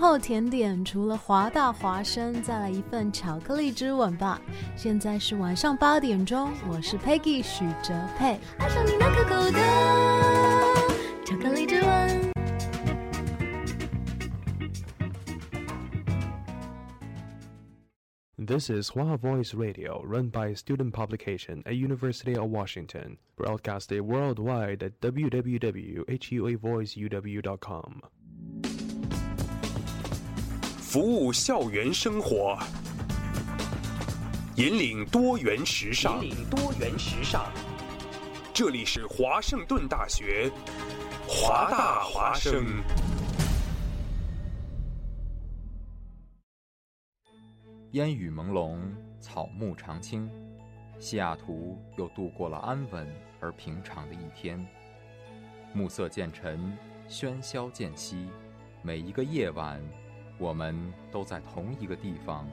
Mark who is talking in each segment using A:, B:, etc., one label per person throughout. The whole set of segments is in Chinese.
A: 后甜点除了华大华生，再来一份巧克力之吻吧。现在是晚上八点钟，我是 Peggy 许哲佩。
B: 爱上你那可口的巧克力之吻。
C: This is Hua Voice Radio, run by a student publication at University of Washington, broadcasted worldwide at E www.huavoiceuw.com。
D: 服务校园生活，引领多元时尚。
E: 引领多元时尚。
D: 这里是华盛顿大学，华大华生。
F: 烟雨朦胧，草木常青，西雅图又度过了安稳而平常的一天。暮色渐沉，喧嚣渐息，每一个夜晚，我们都在同一个地方，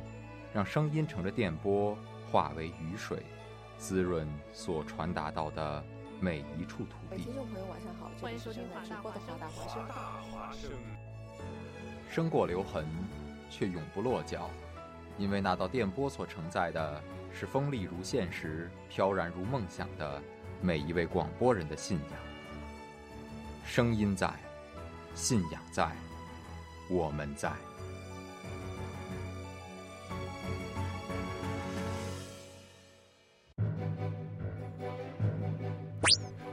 F: 让声音乘着电波化为雨水，滋润所传达到的每一处土
G: 各位
F: 地
G: 听。众朋友，晚上好，这里是正在直播的华大华
D: 华
G: 生。
D: 大华生，
F: 生过留痕，却永不落脚，因为那道电波所承载的是锋利如现实、飘然如梦想的每一位广播人的信仰。声音在，信仰在，我们在。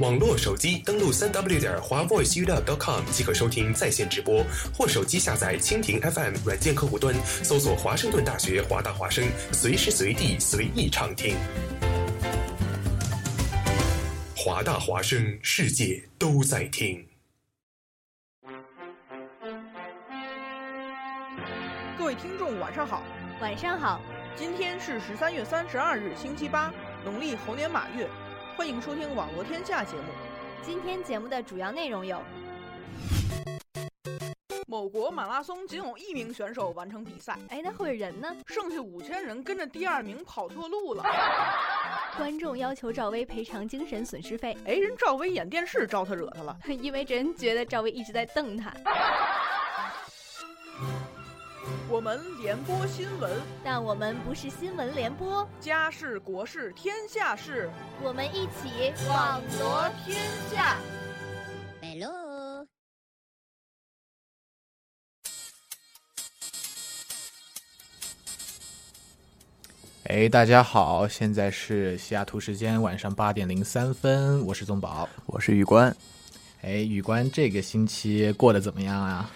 H: 网络手机登录三 w 点华 voice u com 即可收听在线直播，或手机下载蜻蜓 FM 软件客户端，搜索华盛顿大学华大华声，随时随地随意畅听。华大华声，世界都在听。
I: 各位听众，晚上好！
B: 晚上好，
I: 今天是十三月三十二日，星期八，农历猴年马月。欢迎收听《网络天下》节目。
B: 今天节目的主要内容有：
I: 某国马拉松仅有一名选手完成比赛，
B: 哎，那会儿人呢？
I: 剩下五千人跟着第二名跑错路了。
B: 观众要求赵薇赔偿精神损失费，
I: 哎，人赵薇演电视招他惹他了。
B: 因为人觉得赵薇一直在瞪他。
I: 我们联播新闻，
B: 但我们不是新闻联播，
I: 家事国事天下事，
B: 我们一起
I: 天下。
B: Hello，
J: 哎，大家好，现在是西雅图时间晚上八点零三分，我是宗宝。
K: 我是宇官。
J: 哎，宇官这个星期过得怎么样啊？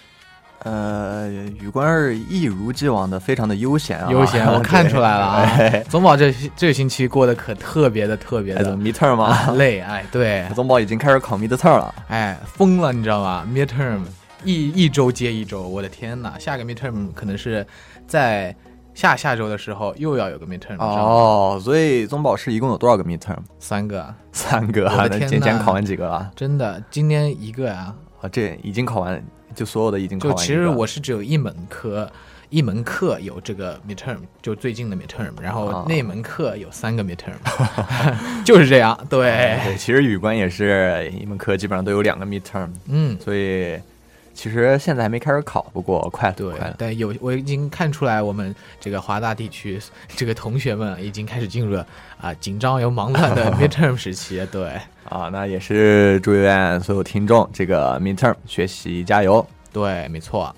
K: 呃，宇官儿一如既往的非常的悠闲啊，
J: 悠闲，我看出来了
K: 对
J: 啊。宗宝这这星期过得可特别的特别
K: 哎，怎
J: 的
K: 么 midterm
J: 啊
K: 吗？
J: 累，哎，对，
K: 宗宝已经开始考 midterm 了，
J: 哎，疯了，你知道吗？midterm 一一周接一周，我的天呐，下个 midterm 可能是在下下周的时候又要有个 midterm，你知道吗，
K: 哦，所以宗宝是一共有多少个 midterm？
J: 三个，
K: 三个
J: 我
K: 啊，那
J: 的天
K: 今年
J: 呐
K: 考完几个了？
J: 真的，今天一个啊，
K: 啊，这已经考完，就所有的已经考
J: 就
K: 完一个。
J: 其实我是只有一门科，一门课有这个 midterm，就最近的 midterm，然后
K: 哦
J: 那门课有三个 midterm，、就是这样。对，
K: 对，其实宇官也是一门课基本上都有两个 midterm，
J: 嗯，
K: 所以其实现在还没开始考，不过快了，
J: 对
K: 快了。
J: 对，有我已经看出来，我们这个华大地区这个同学们已经开始进入了啊、紧张又忙 乱的 midterm 时期。对，
K: 啊，那也是祝愿所有听众这个 midterm 学习加油。
J: 对，没错。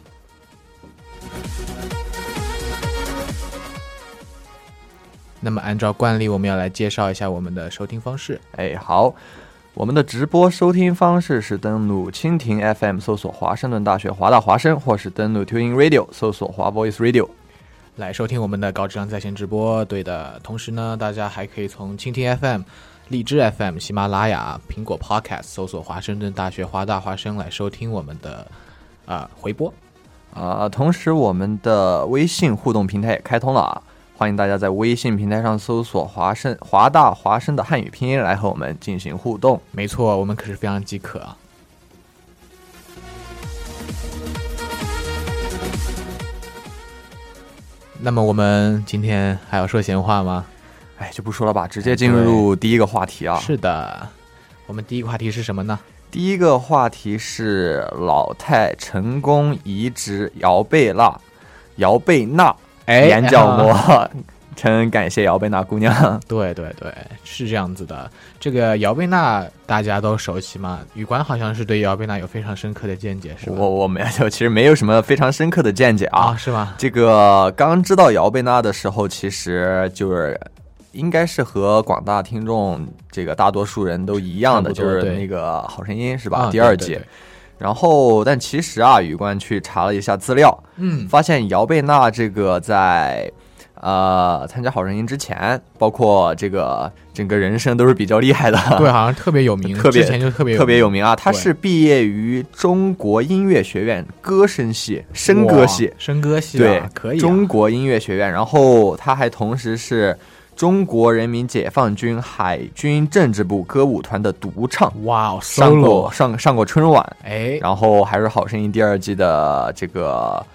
J: 那么，按照惯例，我们要来介绍一下我们的收听方式。
K: 哎，好，我们的直播收听方式是登录蜻蜓 FM 搜索华盛顿大学华大华声，或是登录 Tuning Radio 搜索华 Voice Radio。
J: 来收听我们的高质量在线直播。对的，同时呢，大家还可以从蜻蜓 FM、荔枝 FM、喜马拉雅、苹果 Podcast 搜索“华盛顿大学华大华生”来收听我们的呃回播。
K: 啊、同时我们的微信互动平台也开通了啊，欢迎大家在微信平台上搜索华盛华大华生的汉语拼音来和我们进行互动。
J: 没错，我们可是非常饥渴啊。那么我们今天还要说闲话吗？
K: 哎，就不说了吧，直接进入第一个话题啊。
J: 哎是的，我们第一个话题是什么呢？
K: 第一个话题是老太成功移植姚贝娜，姚贝娜
J: 哎
K: 眼角
J: 啊
K: 膜，真感谢姚贝娜姑娘。
J: 对对对，是这样子的。这个姚贝娜大家都熟悉嘛，雨官好像是对姚贝娜有非常深刻的见解，是吧？
K: 我我没有，其实没有什么非常深刻的见解啊
J: 啊，。是吗？
K: 这个刚知道姚贝娜的时候，其实就是应该是和广大听众这个大多数人都一样的，
J: 差
K: 就
J: 不多
K: 是
J: 对
K: 那个《好声音》是
J: 啊
K: 吧？
J: 对
K: 第二
J: 对
K: 季
J: 对。
K: 然后，但其实啊，雨冠去查了一下资料，
J: 嗯，
K: 发现姚贝娜这个在呃参加《好声音》之前，包括这个整个人生都是比较厉害的，
J: 对，好像特别有名，
K: 特别
J: 之前就特别
K: 特别
J: 有
K: 有名啊。她
J: 对
K: 是毕业于中国音乐学院歌声系、声歌系
J: 哇，笙歌系
K: 对
J: 啊，，可以啊
K: 中国音乐学院。然后她还同时是中国人民解放军海军政治部歌舞团的独唱，
J: 哇哦
K: 上过
J: ，solo，
K: 上上过春晚，
J: 哎，
K: 然后还是《好声音》第二季的这个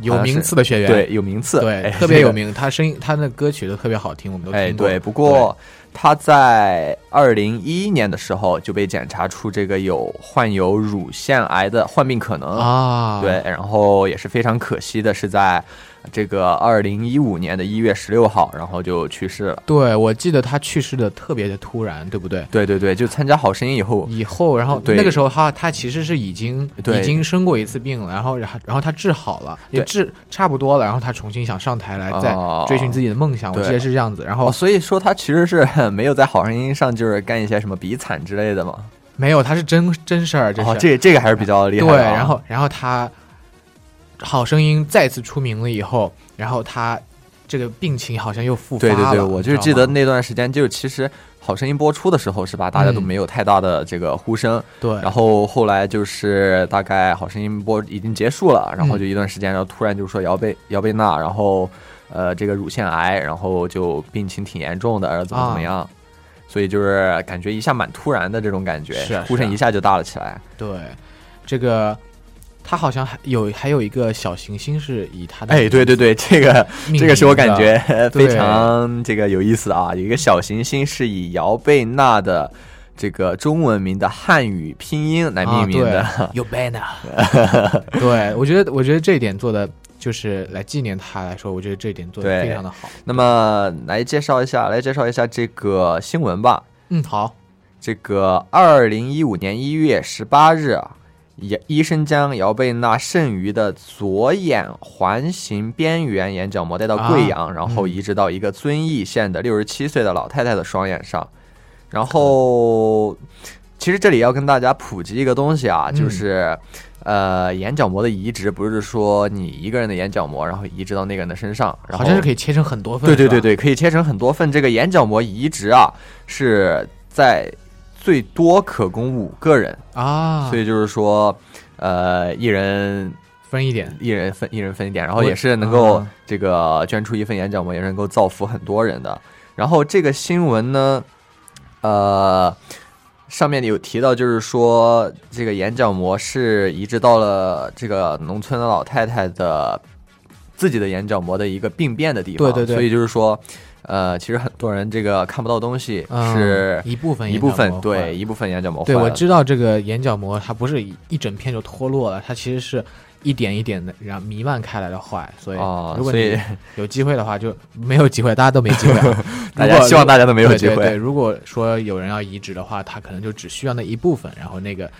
J: 有名次的学员，
K: 对有名次，
J: 对
K: 哎
J: 特别
K: 这个
J: 有名，他声音他的歌曲都特别好听，我们都
K: 哎，
J: 听过。
K: 对，不过他在二零一一年的时候就被检查出这个有患有乳腺癌的患病可能。
J: 啊，
K: 对，，然后也是非常可惜的是，在这个二零一五年的一月十六号，然后就去世了。
J: 对我记得他去世的特别的突然，对不对？
K: 对对对，就参加《好声音》以后，
J: 以后，然后
K: 对
J: 那个时候他他其实是已经
K: 对
J: 已经生过一次病了，然后然后然后他治好了，也
K: 对
J: 治差不多了，然后他重新想上台来再
K: 哦
J: 追寻自己的梦想，我
K: 对
J: 记得是这样子。然后
K: 哦，所以说他其实是没有在《好声音》上就是干一些什么比惨之类的嘛。
J: 没有，他是真真事儿，这是、
K: 哦，这这个还是比较厉害
J: 对，
K: 的啊、
J: 然后然后他《好声音》再次出名了以后，然后他这个病情好像又复发
K: 对
J: 了。
K: 对对，我
J: 你
K: 就是
J: 知
K: 记
J: 道
K: 得
J: 吗
K: 那段时间，就是其实《好声音》播出的时候是吧，大家都
J: 嗯
K: 没有太大的这个呼声。
J: 对，
K: 然后后来就是大概《好声音》播已经结束了，然后就一段时间，然后突然就说姚贝姚贝娜，然后呃这个乳腺癌，然后就病情挺严重的，然后怎么怎么
J: 啊
K: 样，所以就是感觉一下蛮突然的这种感觉，
J: 是啊
K: 呼声一下就大了起来。
J: 对这个他好像还有还有一个小行星是以他的
K: 哎，对对对，这个
J: 命
K: 这个是我感
J: 名
K: 觉
J: 对
K: 非常这个有意思的啊，有一个小行星是以姚贝娜的。这个中文名的汉语拼音来命名的，
J: 啊、对 Yobana。对，我觉得我觉得这一点做的就是来纪念他来说，我觉得这一点做的
K: 对
J: 非常的好。
K: 那么来介绍一下，来介绍一下这个新闻吧。
J: 嗯，好，
K: 这个二零一五年一月十八日啊，医医生将姚贝娜剩余的左眼环形边缘眼角膜带到贵阳，
J: 啊
K: 然
J: 嗯
K: 后移植到一个遵义县的六十七岁的老太太的双眼上。然后，其实这里要跟大家普及一个东西啊，
J: 嗯
K: 就是。呃，眼角膜的移植不是说你一个人的眼角膜，然后移植到那个人的身上，然后
J: 好像是可以切成很多份。
K: 对对对
J: 是吧，
K: 对，可以切成很多份。这个眼角膜移植啊，是在最多可供五个人，
J: 啊，
K: 所以就是说，呃，一人
J: 分一点。
K: 一人分一人分一点，然后
J: 我
K: 也是能够
J: 啊
K: 这个捐出一份眼角膜，也是能够造福很多人的。然后这个新闻呢，呃。上面有提到，就是说这个眼角膜是移植到了这个农村的老太太的自己的眼角膜的一个病变的地方，
J: 对对对
K: 所以就是说，呃，其实很多人这个看不到东西
J: 嗯
K: 是
J: 一部分
K: 一
J: 眼角
K: 部
J: 膜
K: 分，
J: 坏
K: 对一部分眼角膜坏
J: 对，
K: 了，
J: 我知道这个眼角膜它不是一一整片就脱落了，它其实是一点一点的，然后弥漫开来的坏。所以，
K: 哦
J: 如果
K: 所以
J: 你 有机会的话，就没有机会，大家都没机会啊。
K: 大
J: 如
K: 家
J: 果
K: 希望大家都没有
J: 对
K: 机
J: 对对，
K: 会，
J: 如果说有人要移植的话，他可能就只需要那一部分，然后那个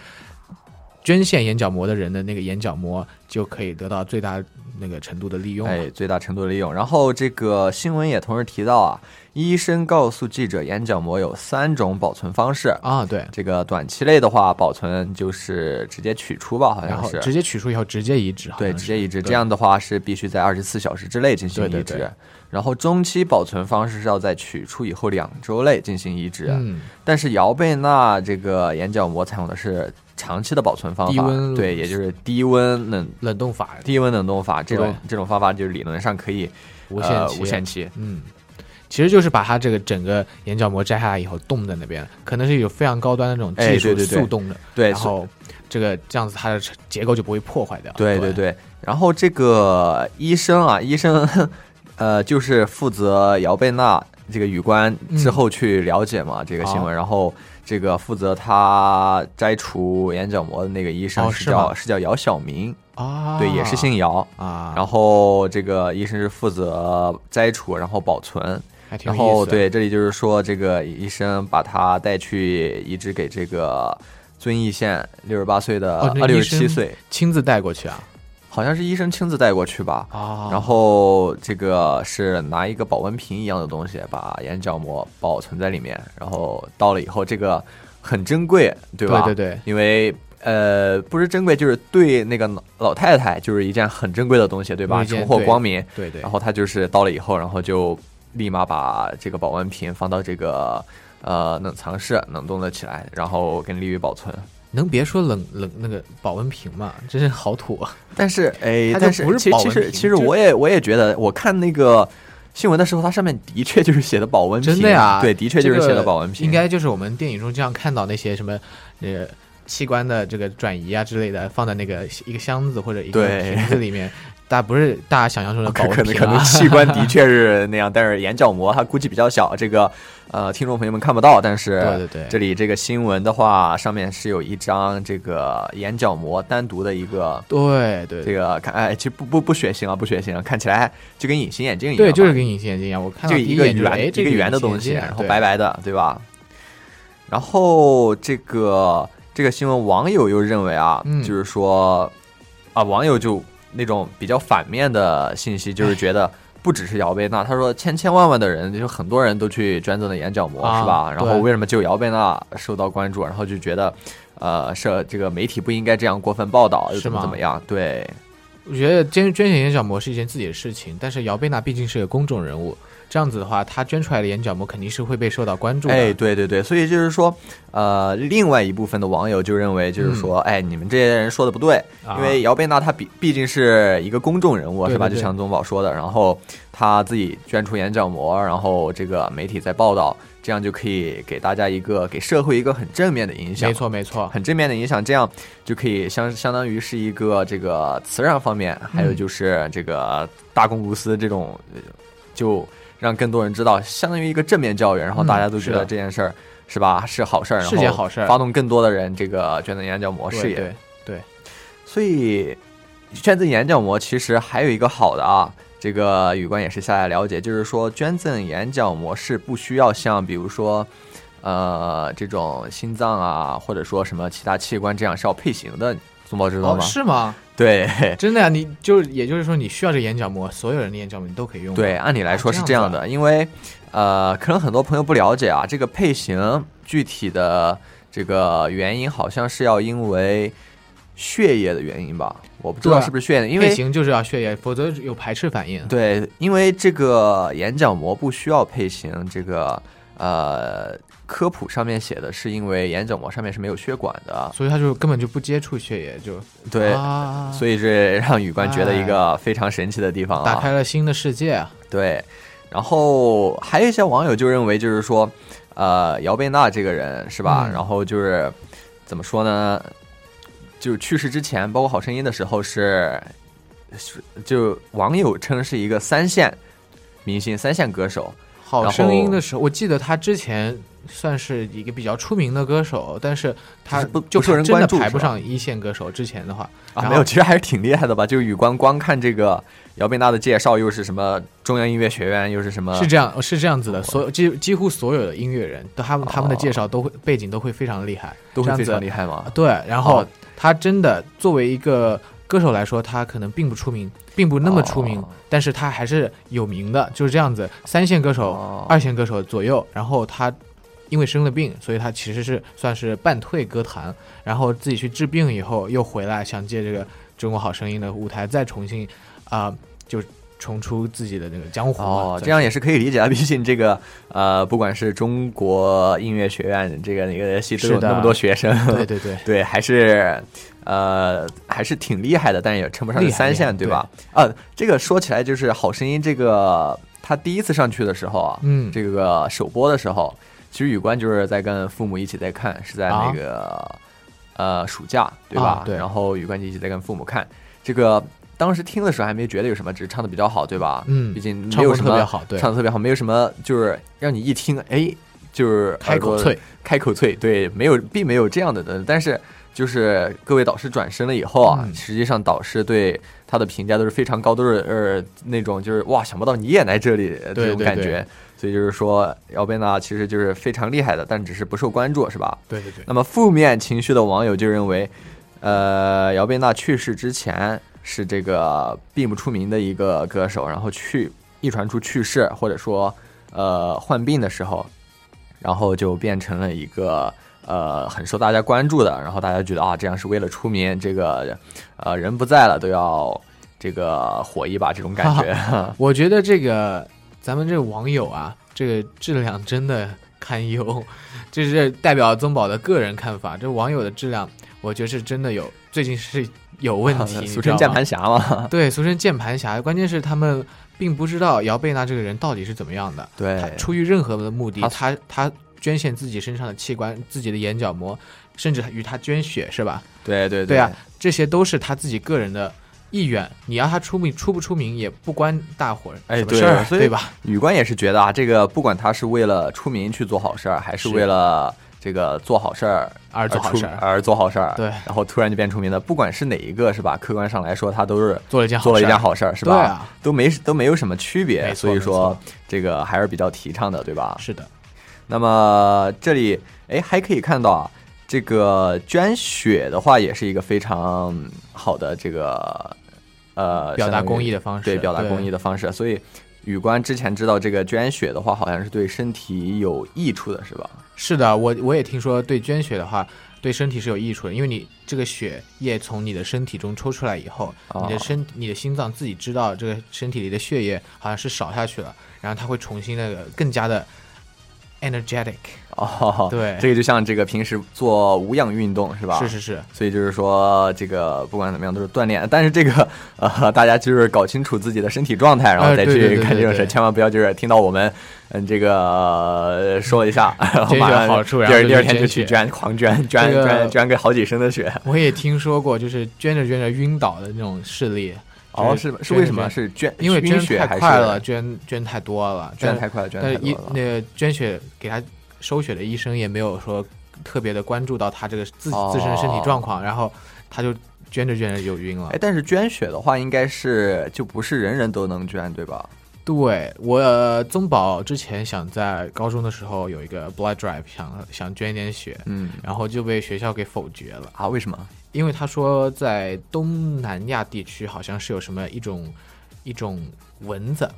J: 捐献眼角膜的人的那个眼角膜就可以得到最大那个程度的利用了。
K: 哎，最大程度利用。然后这个新闻也同时提到啊，医生告诉记者，眼角膜有三种保存方式。
J: 啊，对，
K: 这个短期内的话，保存就是直接取出吧，好
J: 然
K: 像
J: 后
K: 是
J: 直接取出以后直接移植，好
K: 对，
J: 像
K: 直
J: 是
K: 接移植。
J: 对
K: 这样的话是必须在二十四小时之内进行移
J: 对
K: 植。
J: 对对
K: 然后中期保存方式是要在取出以后两周内进行移植。
J: 嗯，
K: 但是姚贝娜这个眼角膜采用的是长期的保存方
J: 低
K: 法
J: 温，
K: 对，也就是低温冷
J: 冷冻法
K: 低温冷冻法这种
J: 对
K: 这种方法，就是理论上可以
J: 无限
K: 呃
J: 期
K: 无限期。
J: 嗯，其实就是把它这个整个眼角膜摘下来以后冻在那边，可能是有非常高端的那种
K: 哎
J: 技
K: 对
J: 术
K: 对对哎
J: 速冻的，
K: 对
J: 然后这个这样子它的结构就不会破坏掉。
K: 对对
J: 对，
K: 对，然后这个医生啊，医生 呃就是负责姚贝娜这个雨官之
J: 嗯
K: 后去了解嘛、这个新
J: 哦
K: 闻，然后这个负责他摘除眼角膜的那个医生
J: 哦
K: 是
J: 是
K: 叫、
J: 吗
K: 是叫姚晓明，
J: 啊，
K: 对，也是姓姚。
J: 啊，
K: 然后这个医生是负责摘除，然后保存，
J: 还挺有
K: 然
J: 意思的
K: 后对，这里就是说，这个医生把他带去移植给这个遵义县六十八岁的
J: 哦
K: 啊
J: 那
K: 六
J: 医
K: 十
J: 生
K: 七岁，
J: 亲自带过去啊
K: 好像是医生亲自带过去吧。
J: 啊，
K: 然后这个是拿一个保温瓶一样的东西，把眼角膜保存在里面，然后到了以后，这个很珍贵，对吧？
J: 对对对
K: 因为呃，不是珍贵，就是对那个老老太太就是一件很珍贵的东西，对吧？
J: 一件
K: 重获
J: 对
K: 光明。
J: 对对
K: 然后她就是到了以后，然后就立马把这个保温瓶放到这个呃冷藏室冷冻了起来，然后跟利于保存。
J: 能别说冷冷那个保温瓶嘛，真是好土啊！
K: 但是，哎
J: 它，就
K: 但是
J: 不是
K: 其实
J: 保
K: 其
J: 温
K: 实
J: 瓶
K: 其实
J: 就是
K: 我也我也觉得，我看那个新闻的时候，它上面的确就是写的保温瓶，
J: 真的呀，
K: 对，的确就是
J: 这
K: 写
J: 个
K: 的保温瓶，啊
J: 应该就是我们电影中经常看到那些什么呃器官的这个转移啊之类的，放在那个一个箱子或者一个
K: 对
J: 瓶子里面，大家不是大家想象中的保
K: 可
J: 温
K: 可
J: 瓶、啊
K: 能可能器官 的确是那样，但是眼角膜它估计比较小，这个呃听众朋友们看不到，但是
J: 对对对
K: 这里这个新闻的话，上面是有一张这个眼角膜单独的一个。
J: 对对
K: 这个看，哎，其实不不不血腥啊，不血腥啊，看起来就跟隐形眼镜一样嘛。
J: 对，就是跟隐形眼镜一样，我看到
K: 就
J: 第
K: 一
J: 一
K: 个
J: 眼就
K: 圆
J: 哎
K: 一
J: 这
K: 个圆的
J: 隐形
K: 东
J: 眼
K: 西，
J: 镜啊
K: 然后
J: 对
K: 白白的，对吧？然后这个这个新闻网友又认为啊，
J: 嗯
K: 就是说啊，网友就那种比较反面的信息，就是觉
J: 哎
K: 得。不只是姚贝娜，他说千千万万的人，就很多人都去捐赠了眼角膜，
J: 啊
K: 是吧？然后
J: 对
K: 为什么只有姚贝娜受到关注？然后就觉得，呃，是这个媒体不应该这样过分报道，又
J: 是
K: 怎么
J: 吗
K: 怎么样？对，
J: 我觉得捐捐献眼角膜是一件自己的事情，但是姚贝娜毕竟是个公众人物，这样子的话，她捐出来的眼角膜肯定是会被受到关注的。
K: 哎，对对对，所以就是说，呃，另外一部分的网友就认为，就是说，哎，你们这些人说的不对，
J: 嗯啊
K: 因为姚贝娜她毕毕竟是一个公众人物，啊
J: 对
K: 是吧？
J: 对
K: 就
J: 对
K: 像宗宝说的，然后她自己捐出眼角膜，然后这个媒体在报道，这样就可以给大家一个给社会一个很正面的影响，
J: 没错没错，
K: 很正面的影响，这样就可以相相当于是一个这个慈善方面，还
J: 嗯
K: 有就是这个大公无私这种，呃就让更多人知道，相当于一个正面教育，然后
J: 嗯
K: 大家都
J: 是
K: 觉得
J: 的
K: 这件事儿是吧是好事儿，然
J: 是件
K: 后
J: 好事儿
K: 发动更多的人这个捐赠眼角膜事
J: 对
K: 业
J: 对，对，
K: 所以捐赠眼角膜其实还有一个好的啊。这个宇官也是下来了解，就是说捐赠眼角膜是不需要像比如说呃这种心脏啊，或者说什么其他器官这样是要配型的，宗宝知道
J: 哦，
K: 吗？
J: 是哦吗？
K: 对
J: 真的呀、你就是也就是说，你需要这眼角膜，所有人的眼角膜你都可以用。
K: 对，，按理来说
J: 哦
K: 是这
J: 这样
K: 样
J: 子啊
K: 的，因为呃可能很多朋友不了解啊，这个配型具体的这个原因好像是要因为血液的原因吧，我不知道
J: 对啊
K: 是不是血液，因为
J: 配型就是要血液，否则有排斥反应。
K: 对，因为这个眼角膜不需要配型，这个呃科普上面写的是因为眼角膜上面是没有血管的，
J: 所以他就根本就不接触血液，就
K: 对，
J: 啊、哎
K: 所以这让宇官觉得一个非常神奇的地方
J: 打
K: 啊。
J: 开了新的世界啊。
K: 对，然后还有一些网友就认为就是说，呃，姚贝娜这个人是吧？
J: 嗯
K: 然后就是怎么说呢？就是去世之前，包括《好声音》的时候是，是就网友称是一个三线明星、三线歌手。
J: 好
K: 然后
J: 声音的时候，我记得他之前算是一个比较出名的歌手，但是
K: 就
J: 他
K: 是不
J: 就
K: 不受人
J: 真
K: 关
J: 的
K: 注
J: 排
K: 是
J: 不
K: 吧
J: 上一线歌手。之前的话
K: 啊，
J: 然
K: 没有，
J: 后
K: 其实还是挺厉害的吧。就是宇光光看这个姚贝娜的介绍，又是什么中央音乐学院，又是什么
J: 是这样是这样子的，所有几几乎所有的音乐人，都他们他们的
K: 哦
J: 介绍都会背景都会非常厉害，
K: 都
J: 这
K: 会
J: 样
K: 非
J: 子
K: 常厉害吗？
J: 对，然后
K: 哦
J: 他真的作为一个歌手来说，他可能并不出名，并不那么出名，
K: 哦
J: 但是他还是有名的，就是这样子。三线歌手、
K: 哦
J: 二线歌手左右，然后他因为生了病，所以他其实是算是半退歌坛，然后自己去治病以后又回来，想借这个《中国好声音》的舞台再重新啊、就是重出自己的那个江湖嘛
K: 哦，
J: 算
K: 这样也是可以理解的。毕竟这个呃，不管是中国音乐学院这个哪个系都
J: 是
K: 有
J: 的
K: 那么多学生，
J: 对对对
K: 对，还是呃还是挺厉害的，但也称不上是
J: 厉害
K: 三
J: 厉害
K: 线，对吧？呃，这个说起来就是《好声音》这个他第一次上去的时候啊，
J: 嗯
K: 这个首播的时候，其实雨观就是在跟父母一起在看，是在那个、呃暑假对吧？
J: 啊啊对
K: 然后雨观就一起在跟父母看这个。当时听的时候还没觉得有什么，只是唱的比较好，对吧？
J: 嗯
K: 毕竟
J: 唱
K: 没有
J: 功
K: 什
J: 特
K: 么
J: 别好对
K: 唱的特别好，没有什么就是让你一听，哎，就是
J: 开口
K: 耳朵
J: 脆，
K: 开口脆，对，没有，并没有这样的的，但是就是各位导师转身了以后啊，
J: 嗯
K: 实际上导师对他的评价都是非常高，都是呃那种就是哇，想不到你也来这里呃
J: 对
K: 这种
J: 对
K: 感
J: 对
K: 觉，所以就是说，姚贝娜其实就是非常厉害的，但只是不受关注，是吧？
J: 对对对，
K: 那么负面情绪的网友就认为，呃，姚贝娜去世之前是这个并不出名的一个歌手，然后去一传出去世或者说呃患病的时候，然后就变成了一个呃很受大家关注的，然后大家觉得啊这样是为了出名，这个呃人不在了都要这个火一把这种感觉。
J: 我觉得这个咱们这个网友啊，这个质量真的堪忧，这是代表宗宝的个人看法。这网友的质量，我觉得是真的有最近是有问题，你知
K: 啊俗
J: 道
K: 称
J: 吗
K: 键盘侠嘛，
J: 对，俗称键盘侠。关键是他们并不知道姚贝娜这个人到底是怎么样的。
K: 对
J: 他出于任何的目的，
K: 他
J: 他他捐献自己身上的器官、自己的眼角膜，甚至与他捐血，是吧？
K: 对对
J: 对啊，这些都是他自己个人的意愿。你要他出名出不出名，也不关大伙儿
K: 哎
J: 什么
K: 对
J: 事儿，
K: 所以
J: 对吧？
K: 宇官也是觉得啊，这个不管他是为了出名去做好事儿，还是
J: 是
K: 为了这个做好事儿
J: 而做好
K: 啊出
J: 事儿
K: 而做好事儿，
J: 对
K: 然后突然就变出名的，不管是哪一个是吧？客观上来说，他都是
J: 做了一件好
K: 做了一
J: 事儿
K: 件好事儿，是吧？
J: 对啊
K: 都没都没有什么区别，
J: 没错
K: 所以说
J: 没错
K: 这个还是比较提倡的，对吧？
J: 是的，
K: 那么这里哎还可以看到啊，这个捐血的话也是一个非常好的这个呃
J: 表
K: 相
J: 达
K: 当于
J: 公益的方式
K: 对表达
J: 对
K: 公益的方式。所以宇官之前知道这个捐血的话，好像是对身体有益处的，是吧？
J: 是的，我我也听说，对捐血的话，对身体是有益处的，因为你这个血液从你的身体中抽出来以后，
K: 哦
J: 你的身你的心脏自己知道这个身体里的血液好像是少下去了，然后它会重新那个更加的 energetic，
K: 哦，
J: 对
K: 这个就像这个平时做无氧运动是吧？
J: 是是是，
K: 所以就是说，这个不管怎么样都是锻炼，但是这个呃，大家就是搞清楚自己的身体状态，然后
J: 哎
K: 再
J: 对对
K: 去
J: 对
K: 干这
J: 对
K: 种事，
J: 对
K: 千万不要就是听到我们嗯这个、呃说一下， 然后
J: 这
K: 马
J: 有
K: 上
J: 好处然
K: 第
J: 后
K: 二
J: 就
K: 第二
J: 去
K: 天就
J: 捐
K: 去
J: 血
K: 捐，狂捐捐
J: 这个
K: 捐捐个好几升的血。
J: 我也听说过，就是捐着捐着晕倒的那种事例。
K: 哦，
J: 就是
K: 是
J: 捐
K: 为
J: 着
K: 什么？
J: 捐
K: 是捐
J: 因为
K: 晕
J: 捐
K: 血
J: 太
K: 还
J: 快
K: 是
J: 了，捐捐太多了，
K: 捐
J: 但
K: 得太快了，捐
J: 但
K: 得
J: 是
K: 太
J: 医
K: 多了。
J: 那个捐血给他收血的医生也没有说特别的关注到他这个自、
K: 哦
J: 自身身体状况，然后他就捐着捐着就晕了
K: 哎，。但是捐血的话，应该是就不是人人都能捐，对吧？
J: 对我、呃宗宝之前想在高中的时候有一个 blood drive，想想捐一点血，
K: 嗯
J: 然后就被学校给否决了，
K: 啊，为什么？
J: 因为他说在东南亚地区好像是有什么一种一种蚊子，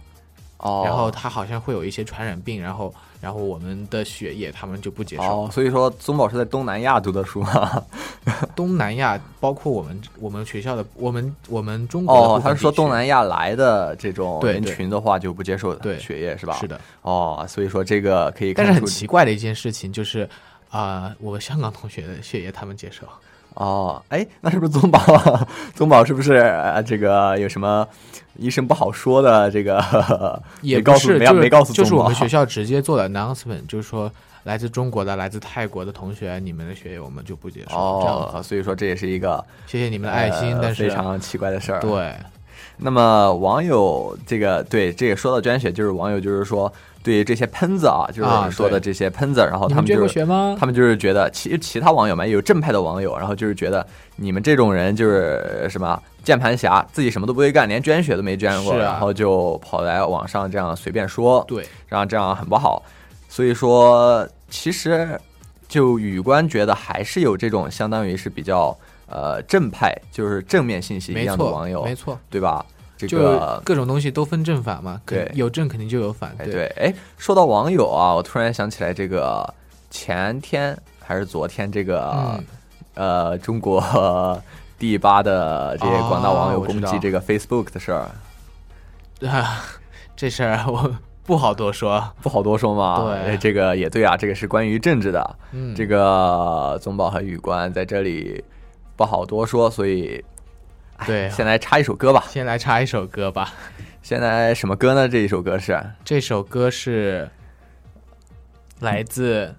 K: 哦，
J: 然后它好像会有一些传染病，然后然后我们的血液他们就不接受。
K: 哦，所以说宗宝是在东南亚读的书嘛？
J: 东南亚，包括我们我们学校的，我们我们 中国的
K: 哦
J: 部，分
K: 他是说
J: 地区
K: 东南亚来的这种
J: 对
K: 人
J: 对
K: 群的话，就不接受
J: 对
K: 血液是吧？
J: 是。的，
K: 哦，所以说这个可以看
J: 但
K: 出，
J: 是很奇怪的一件事情就是，啊、我香港同学的血液他们接 受，
K: 哦，哎，那是不是宗宝？ 宗宝是不是、呃、这个有什么医生不好说的？这个呵呵
J: 也
K: 没
J: 不
K: 告诉
J: 是
K: 没
J: 就是
K: 没告诉宗宝，
J: 就是我 们学校直接做的 announcement，就是说来自中国的、来自泰国的同学，你们的血液我们就不接受。这样
K: 哦，
J: 子，
K: 所以说这也是一个
J: 谢谢你们的爱心，
K: 呃
J: 但是
K: 非常奇怪的事儿。。啊
J: 对
K: 那么网友这个对这个说到捐血，就是网友就是说对这些喷子啊，就是
J: 啊
K: 我们说的这些喷子，然后
J: 你
K: 他
J: 们
K: 们
J: 捐
K: 就
J: 过
K: 是
J: 血吗
K: 他们就是觉得其其他网友嘛，也有正派的网友，然后就是觉得你们这种人就是什么键盘侠，自己什么都不会干，连捐血都没捐过，
J: 是啊
K: 然后就跑来网上这样随便说，
J: 对，
K: 然后这样很不好。所以说，其实就宇官觉得还是有这种相当于是比较呃正派，就是正面信息一
J: 没
K: 样的
J: 错
K: 网友，
J: 没错，
K: 对吧？这
J: 就
K: 个
J: 各种东西都分正反嘛，肯
K: 对
J: 有正肯定就有反，
K: 哎
J: 对
K: 对，哎，说到网友啊，我突然想起来，这个前天还是昨天，这个、
J: 嗯
K: 呃中国呃第八的这些广大网友
J: 哦我知
K: 攻
J: 道
K: 击这个 Facebook 的事儿，
J: 啊， 这事儿我不好多说。
K: 不好多说嘛。
J: 对
K: 这个也对啊，这个是关于政治的。
J: 嗯，
K: 这个宗保和玉官在这里不好多说，所以哎
J: 对，啊
K: 先来插一首歌吧。
J: 先来插一首歌吧。
K: 现在什么歌呢？这一首歌是
J: 这首歌是来自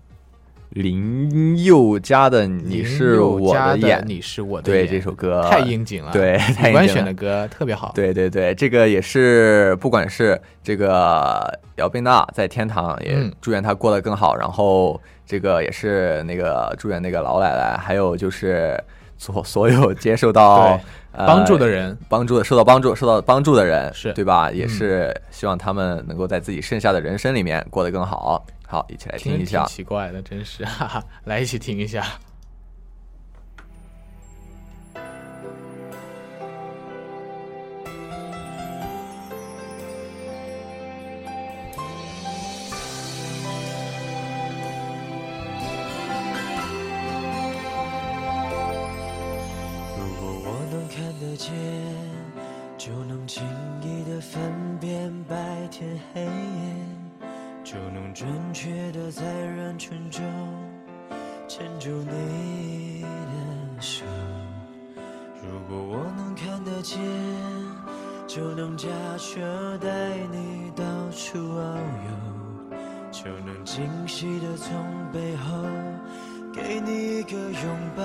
K: 林宥嘉的《你是我
J: 的
K: 眼》。
J: 你是我的
K: 对
J: 眼。
K: 这首歌
J: 太应景了，
K: 对太
J: 李
K: 应
J: 官
K: 景
J: 选
K: 了
J: 的歌特别好。
K: 对对对，这个也是，不管是这个姚贝娜在天堂，也
J: 嗯
K: 祝愿她过得更好。然后这个也是那个祝愿那个老奶奶，还有就是所所有接受到
J: 对、
K: 呃
J: 帮助的人，
K: 帮助的受到帮助受到帮助的人，
J: 是
K: 对吧？也
J: 嗯
K: 是希望他们能够在自己剩下的人生里面过得更好。好，一起来听一
J: 着
K: 下
J: 挺。奇怪的，真是，哈哈，来一起听一下。
E: 如果我能看得见，就能轻易的分辨白天黑夜，就能准确的在人群中牵住你的手。如果我能看得见，就能驾车带你到处遨游，就能惊喜的从背后给你一个拥抱。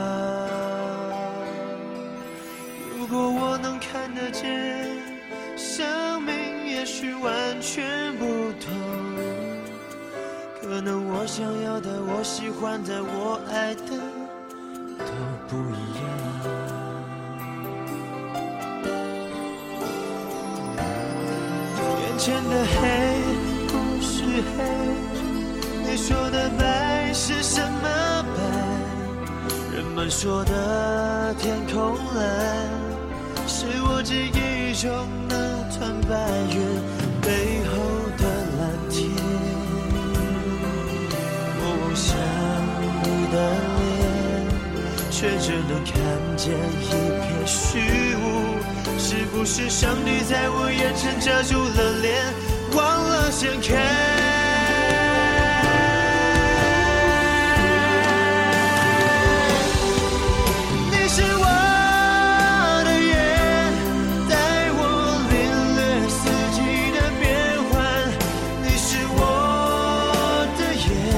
E: 如果我能看得见，生命也许完全不同。可能我想要的、我喜欢的、我爱的都不一样。眼前的黑不是黑，你说的白是什么白？人们说的天空蓝，是我记忆中那团白云背后的蓝天。我望向你的脸，却只能看见一片虚无。是不是上帝在我眼前遮住了脸，忘了掀开？你是我的眼，带我领略四季的变幻。你是我的眼，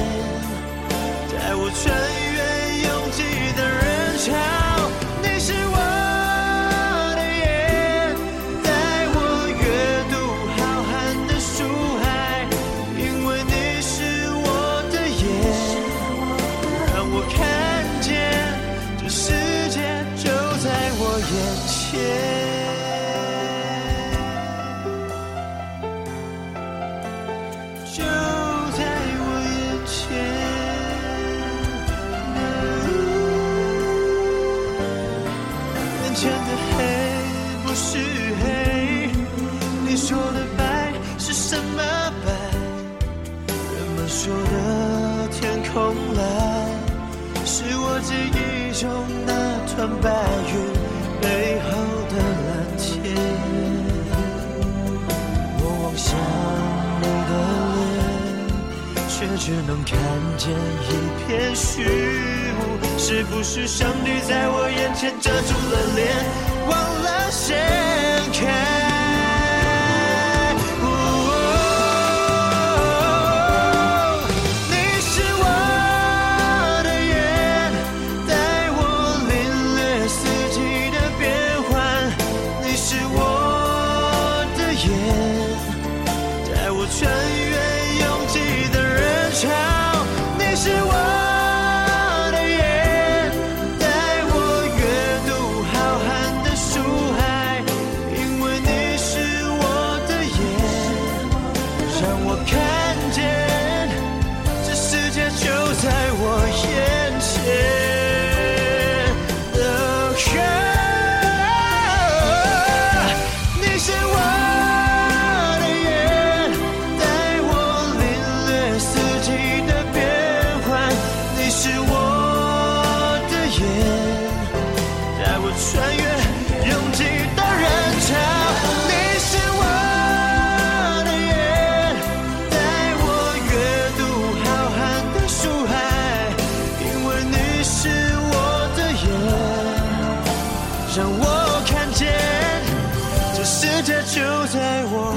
E: 带我穿越拥挤的人潮。你是我的眼，带我阅读浩瀚的书海，因为你是我的眼。让我看见这世界就在我眼前，就在我眼前。眼前的黑不是黑，你说的白是什么白？人们说的天空蓝，是我记忆中那团白云背后的蓝天。我望向你的脸，却只能看见一片虚无。是不是上帝在我眼前遮住了脸，忘了掀开？哦你是我的眼，带我领略四季的变幻；你是我的眼，带我穿越拥挤的人潮；你是我的眼，带我阅读浩瀚的书海，因为你。在我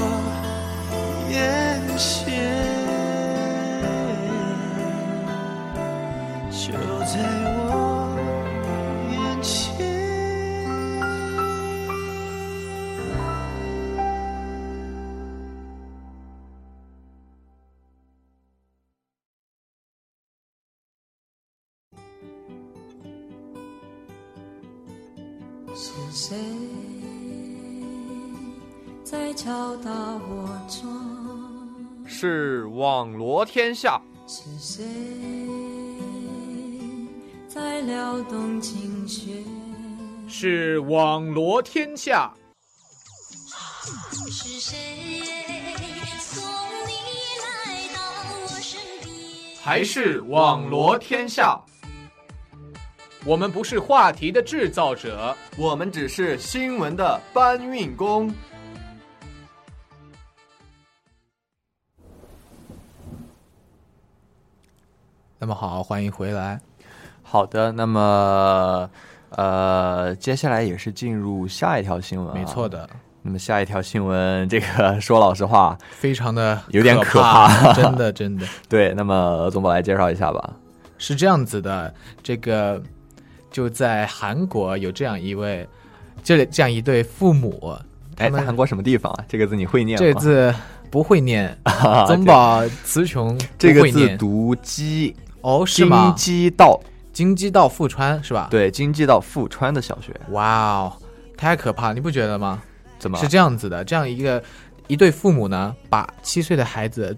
E: 眼前，就在我眼前。
B: 是谁在敲打我窗？
F: 是网罗天下，
B: 是谁在撩动琴弦？
J: 是网罗天下，
B: 是谁送你来到我身边？
J: 还是网罗天下？我们不是话题的制造者，
F: 我们只是新闻的搬运工。
J: 那么好，欢迎回来。
K: 好的，那么呃，接下来也是进入下一条新闻、啊
J: 没错。的，
K: 那么下一条新闻，这个说老实话，
J: 非常的
K: 有点
J: 可
K: 可 怕
J: 真的真的
K: 对。那么呃总宝来介绍一下吧。
J: 是这样子的。这个就在韩国有这样一位，这这样一对父母，
K: 哎，
J: 他
K: 在
J: 们
K: 韩国什么地方啊？这个字你会念吗？
J: 这字不会念，
K: 啊
J: 宗宝词穷，
K: 这
J: 不
K: 个
J: 会
K: 字
J: 念
K: 读“鸡
J: 哦，是吗？
K: 京畿道，
J: 京畿道富川是”，吧？
K: 对，京畿道富川的小学，
J: 哇哦，太可怕，你不觉得吗？
K: 怎么
J: 是这样子的，这样一个一对父母呢，把七岁的孩子，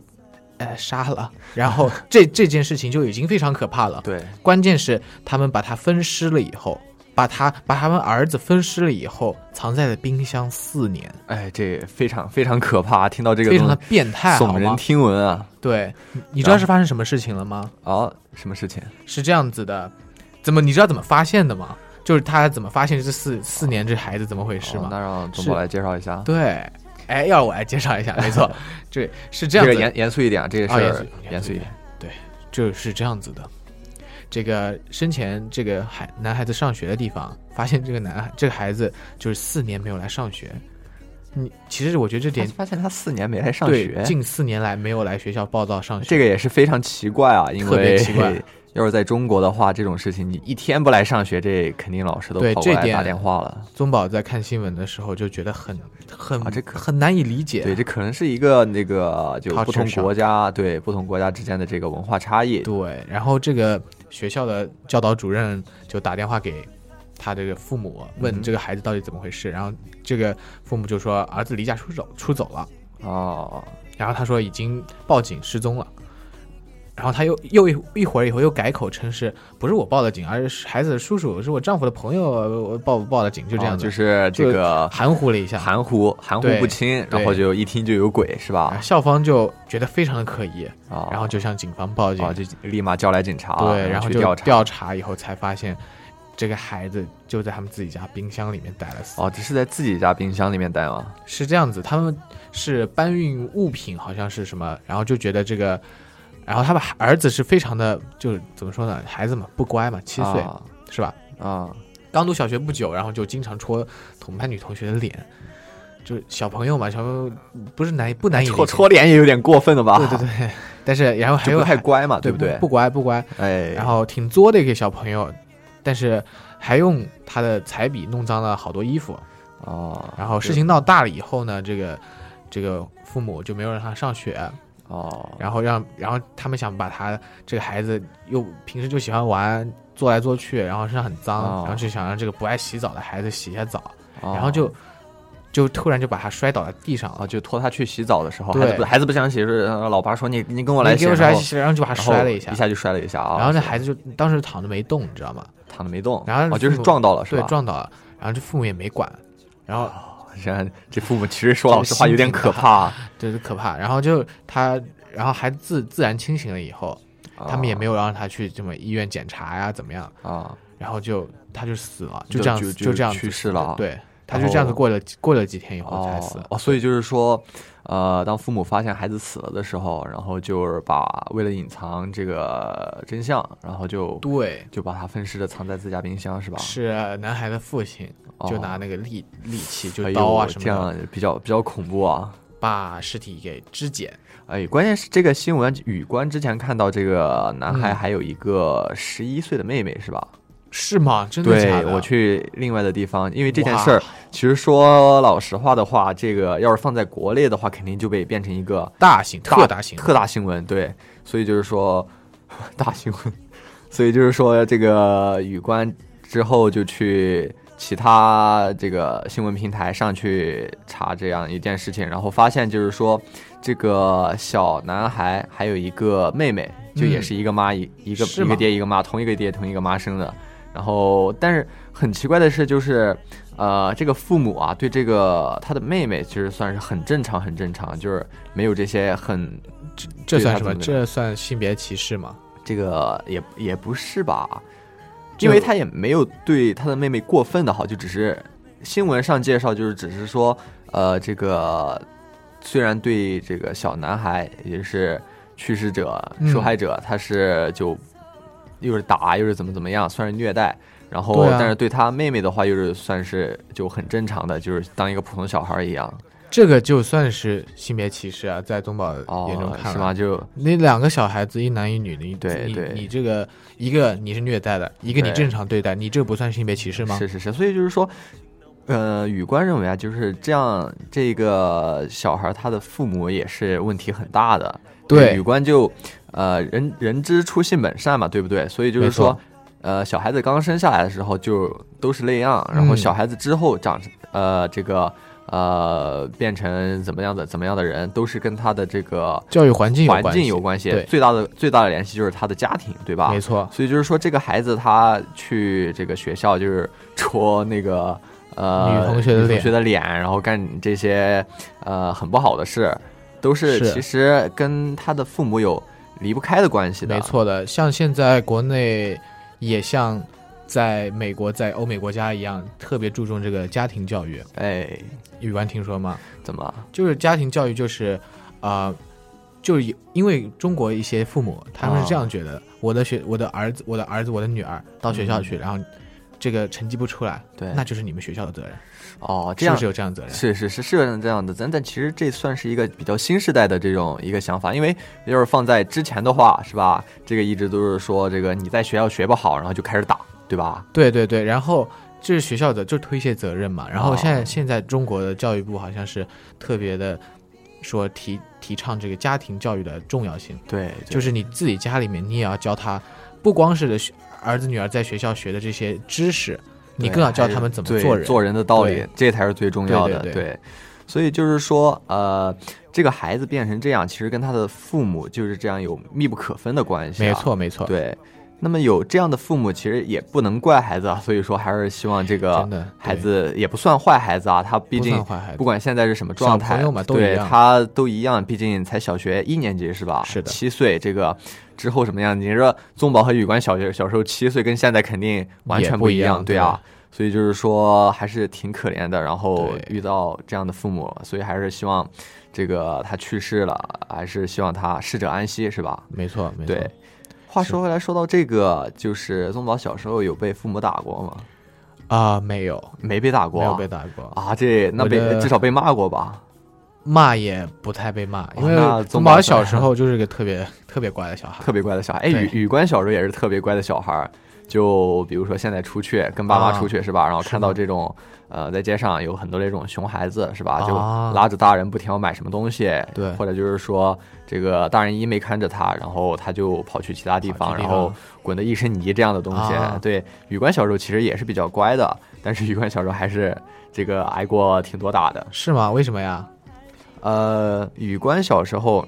J: 呃，杀了，然后这这件事情就已经非常可怕了。
K: 对，
J: 关键是他们把他分尸了以后，把他把他们儿子分尸了以后，藏在了冰箱四年，
K: 哎，这非常非常可怕，啊听到这个
J: 非常的
K: 东西
J: 变态，好
K: 耸人
J: 吗？
K: 听闻啊！
J: 对，你你知道是发生什么事情了吗？
K: 哦，什么事情？
J: 是这样子的，怎么你知道怎么发现的吗？就是他怎么发现这四四年这孩子怎么回事
K: 哦
J: 吗？
K: 那让总
J: 是
K: 宝来介绍一下。啊
J: 对，哎，要我来介绍一下，没错，对，是这
K: 这
J: 样
K: 个
J: 子，
K: 严严肃一点啊，这个事
J: 啊严
K: 儿
J: 肃
K: 严肃一
J: 严
K: 点。
J: 就是这样子的。这个生前这个孩男孩子上学的地方，发现这个男孩这个孩子就是四年没有来上学。你其实我觉得这
K: 发
J: 点
K: 发现他四年没来上
J: 对
K: 学，
J: 近四年来没有来学校报道上学，
K: 这个也是非常奇怪啊，因
J: 特别
K: 为
J: 奇怪
K: 要是在中国的话，这种事情你一天不来上学，这肯定老师都
J: 对
K: 跑过
J: 这
K: 来
J: 点
K: 打电话了。
J: 宗宝在看新闻的时候就觉得很很、
K: 啊这可
J: 很难以理解。
K: 对，这可能是一个那个就
J: Culture
K: 不同
J: 上
K: 国家对不同国家之间的这个文化差异。
J: 对，然后这个学校的教导主任就打电话给他这个父母，问
K: 嗯
J: 这个孩子到底怎么回事。然后这个父母就说儿子离家出走出走了，
K: 哦，
J: 然后他说已经报警失踪了。然后他又又一一会儿以后又改口称是不是我报的警，而是孩子的叔叔是我丈夫的朋友我报报的警，就这样
K: 哦
J: 子、
K: 就是这个
J: 含糊了一下。
K: 含糊含糊
J: 对
K: 不清，
J: 对
K: 然后就一听就有鬼是吧
J: 啊，？校方就觉得非常的可疑，
K: 哦
J: 哎然后就向警方报警。
K: 哦就立马叫来警察，
J: 对，然后
K: 去
J: 就
K: 调查。
J: 调查以后才发现，这个孩子就在他们自己家冰箱里面待了死。
K: 哦，这是在自己家冰箱里面待吗？
J: 是这样子，他们是搬运物品，好像是什么，然后就觉得这个，然后他把儿子是非常的，就是怎么说呢，孩子嘛不乖嘛，七岁、
K: 啊
J: 是吧？
K: 啊，
J: 刚读小学不久，然后就经常戳同班女同学的脸，就是小朋友嘛，小朋友不是难以不难以理
K: 哎戳
J: 解
K: 戳脸也有点过分了吧？
J: 对对对，但是然后 还
K: 就
J: 有
K: 不太乖嘛，
J: 对
K: 不对？
J: 不乖不乖，
K: 哎，
J: 然后挺作的一个小朋友，但是还用他的彩笔弄脏了好多衣服。
K: 哦，
J: 然后事情闹大了以后呢，这个这个父母就没有让他上学，
K: 哦，
J: 然后让然后他们想把他这个孩子又平时就喜欢玩，坐来坐去，然后身上很脏，
K: 哦
J: 然后就想让这个不爱洗澡的孩子洗一下澡，
K: 哦
J: 然后就就突然就把他摔倒在地上了
K: 啊，。就托他去洗澡的时候，
J: 对
K: 孩子不孩子不想洗，是呃老爸说你你跟我来
J: 你
K: 洗，
J: 给我
K: 然
J: 摔
K: 后，
J: 然后就把他
K: 然后
J: 摔了
K: 一
J: 一下，
K: 就摔了一下啊，
J: 然后那孩子就当时躺着没动，你知道吗？
K: 躺着没动，
J: 然后
K: 哦就是
J: 父母
K: 撞到了是
J: 对
K: 吧？，啊
J: 撞到了，然后这父母也没管，然后
K: 然后 这父母其实说老实话有点可怕，
J: 对，可怕。然后就他，然后孩子自自然清醒了以后，他们也没有让他去什么医院检查呀，怎么样？
K: 啊，
J: 然后就他就死了，
K: 就
J: 这样
K: 就
J: 子，
K: 就
J: 这样
K: 去
J: 子
K: 世了啊
J: 对，他就这样子过了过了几天以后才死。
K: 哦，所以就是说，呃，当父母发现孩子死了的时候，然后就是把为了隐藏这个真相，然后就
J: 对，
K: 就把它分尸的藏在自家冰箱，是吧？哦
J: 是男孩的父亲就拿那个利利器，就
K: 哎
J: 刀啊
K: 呦
J: 什么
K: 这
J: 的，
K: 样比较比较恐怖啊。
J: 把尸体给肢解。
K: 哎，关键是这个新闻，雨观之前看到这个男孩
J: 嗯
K: 还有一个十一岁的妹妹，是吧？
J: 是吗？真的假的？
K: 对，我去另外的地方，因为这件
J: 哇
K: 事儿，其实说老实话的话，这个要是放在国内的话，肯定就被变成一个
J: 大型特大新闻
K: 特大新闻。对，所以就是说 大新闻， 所以就是说这个雨官之后就去其他这个新闻平台上去查这样一件事情，然后发现就是说这个小男孩还有一个妹妹，就也
J: 嗯
K: 是一个妈一、一个
J: 是
K: 一
J: 吗
K: 个爹一个妈，同一个爹同一个妈生的。然后，但是很奇怪的是，就是，呃，这个父母啊，对这个他的妹妹，其实算是很正常，很正常，就是没有这些很，
J: 这
K: 对
J: 算
K: 他
J: 什
K: 怎的
J: 么？这算性别歧视吗？
K: 这个也也不是吧？
J: 就
K: 因为他也没有对他的妹妹过分的好，就只是新闻上介绍，就是只是说，呃，这个虽然对这个小男孩，也就是去世者、
J: 嗯
K: 受害者，他是就又是打又是怎么怎么样，算是虐待。然后，
J: 对啊
K: 但是对他妹妹的话，又是算是就很正常的，就是当一个普通小孩儿一样，
J: 这个就算是性别歧视啊，在东宝眼中
K: 哦
J: 看来、
K: 是吗？就
J: 你两个小孩子，一男一女的，你
K: 对
J: 你
K: 对
J: 你这个一个你是虐待的，一个你
K: 对
J: 正常对待，你这不算性别歧视吗？
K: 是是是，所以就是说，呃，雨官认为啊，就是这样，这个小孩儿他的父母也是问题很大的。
J: 对
K: 雨官就，呃，人人之初性本善嘛，对不对？所以就是
J: 没错
K: 说，呃，小孩子刚生下来的时候就都是那样，然后
J: 嗯
K: 小孩子之后长，呃，这个。呃，变成怎么样的怎么样的人，都是跟他的这个
J: 教育环境有
K: 环
J: 关
K: 境
J: 系
K: 有关系
J: 对。
K: 最大的最大的联系就是他的家庭，对吧？
J: 没错
K: 所以就是说，这个孩子他去这个学校就是戳那个呃
J: 女同学的脸
K: 脸然后干这些呃很不好的事，都是
J: 是
K: 其实跟他的父母有离不开的关系的。
J: 没错的，像现在国内也像在美国、在欧美国家一样，特别注重这个家庭教育。
K: 哎，
J: 语文听说吗？
K: 怎么？
J: 就是家庭教育，就是啊、呃就是有因为中国一些父母他们是这
K: 啊
J: 样觉得的：我的学、我的儿子、我的儿子、我的女儿到学校去，
K: 嗯
J: 然后这个成绩不出来，
K: 对
J: 那就是你们学校的责任。
K: 哦，这
J: 是
K: 样
J: 不是有这样责任？
K: 是是是是有这样的责任，但其实这算是一个比较新时代的这种一个想法，因为要是放在之前的话，是吧？这个一直都是说这个你在学校学不好，然后就开始打，对吧？
J: 对对对，然后这是学校的，就是推卸责任嘛。然后现在、
K: 哦
J: 现在中国的教育部好像是特别的说提提倡这个家庭教育的重要性，
K: 对，对
J: 就是你自己家里面你也要教他，不光是学儿子女儿在学校学的这些知识，你
K: 对
J: 更要教
K: 还是
J: 他们怎么
K: 对
J: 做人。
K: 做人的道理
J: 对，
K: 这才是最重要的。
J: 对对对
K: 所以就是说，呃，这个孩子变成这样，其实跟他的父母就是这样有密不可分的关系、啊
J: 没错，，没错，，
K: 对。那么有这样的父母，其实也不能怪孩子啊，所 以说还是希望这个
J: 真的对
K: 孩子也不算坏孩子啊，他毕
J: 不
K: 竟
J: 算坏孩子
K: 不管现在是什么状
J: 小
K: 态
J: 朋友嘛，都一
K: 对
J: 样
K: 他都一样，毕竟才小学一年级是吧？
J: 是的
K: 七岁这个之后什么样？你说宗宝和宇官小学小时候七岁跟现在肯定完全一
J: 也不一样
K: 对啊。所以就是说，还是挺可怜的。然后
J: 对
K: 遇到这样的父母，所以还是希望这个他去世了，还是希望他逝者安息，是吧？
J: 没错，没错。
K: 对。话说回来，说到这个，就是宗宝小时候有被父母打过吗？
J: 啊、没有，
K: 没被打过
J: 没
K: 啊，
J: 有被打过，
K: 啊？这那
J: 我
K: 被
J: 的
K: 至少被骂过吧？
J: 骂也不太被骂，因
K: 那
J: 为
K: 宗
J: 宗
K: 宝
J: 宝
K: 算
J: 小时候就是个特别特别乖的小孩，
K: 特别乖的小孩。哎，
J: 对
K: 宇宇官小时候也是特别乖的小孩儿，就比如说现在出去跟爸妈
J: 啊
K: 出去、是吧？然后看到
J: 吗
K: 这种呃，在街上有很多这种熊孩子是吧？就
J: 啊
K: 拉着大人不停要买什么东西，
J: 对
K: 或者就是说这个大人一没看着他，然后他就跑去其他地方，
J: 跑去地
K: 然
J: 方
K: 后滚得一身泥这样的东西。
J: 啊
K: 对，宇官小时候其实也是比较乖的，但是宇官小时候还是这个挨过挺多打的。
J: 是吗？为什么呀？
K: 呃，宇官小时候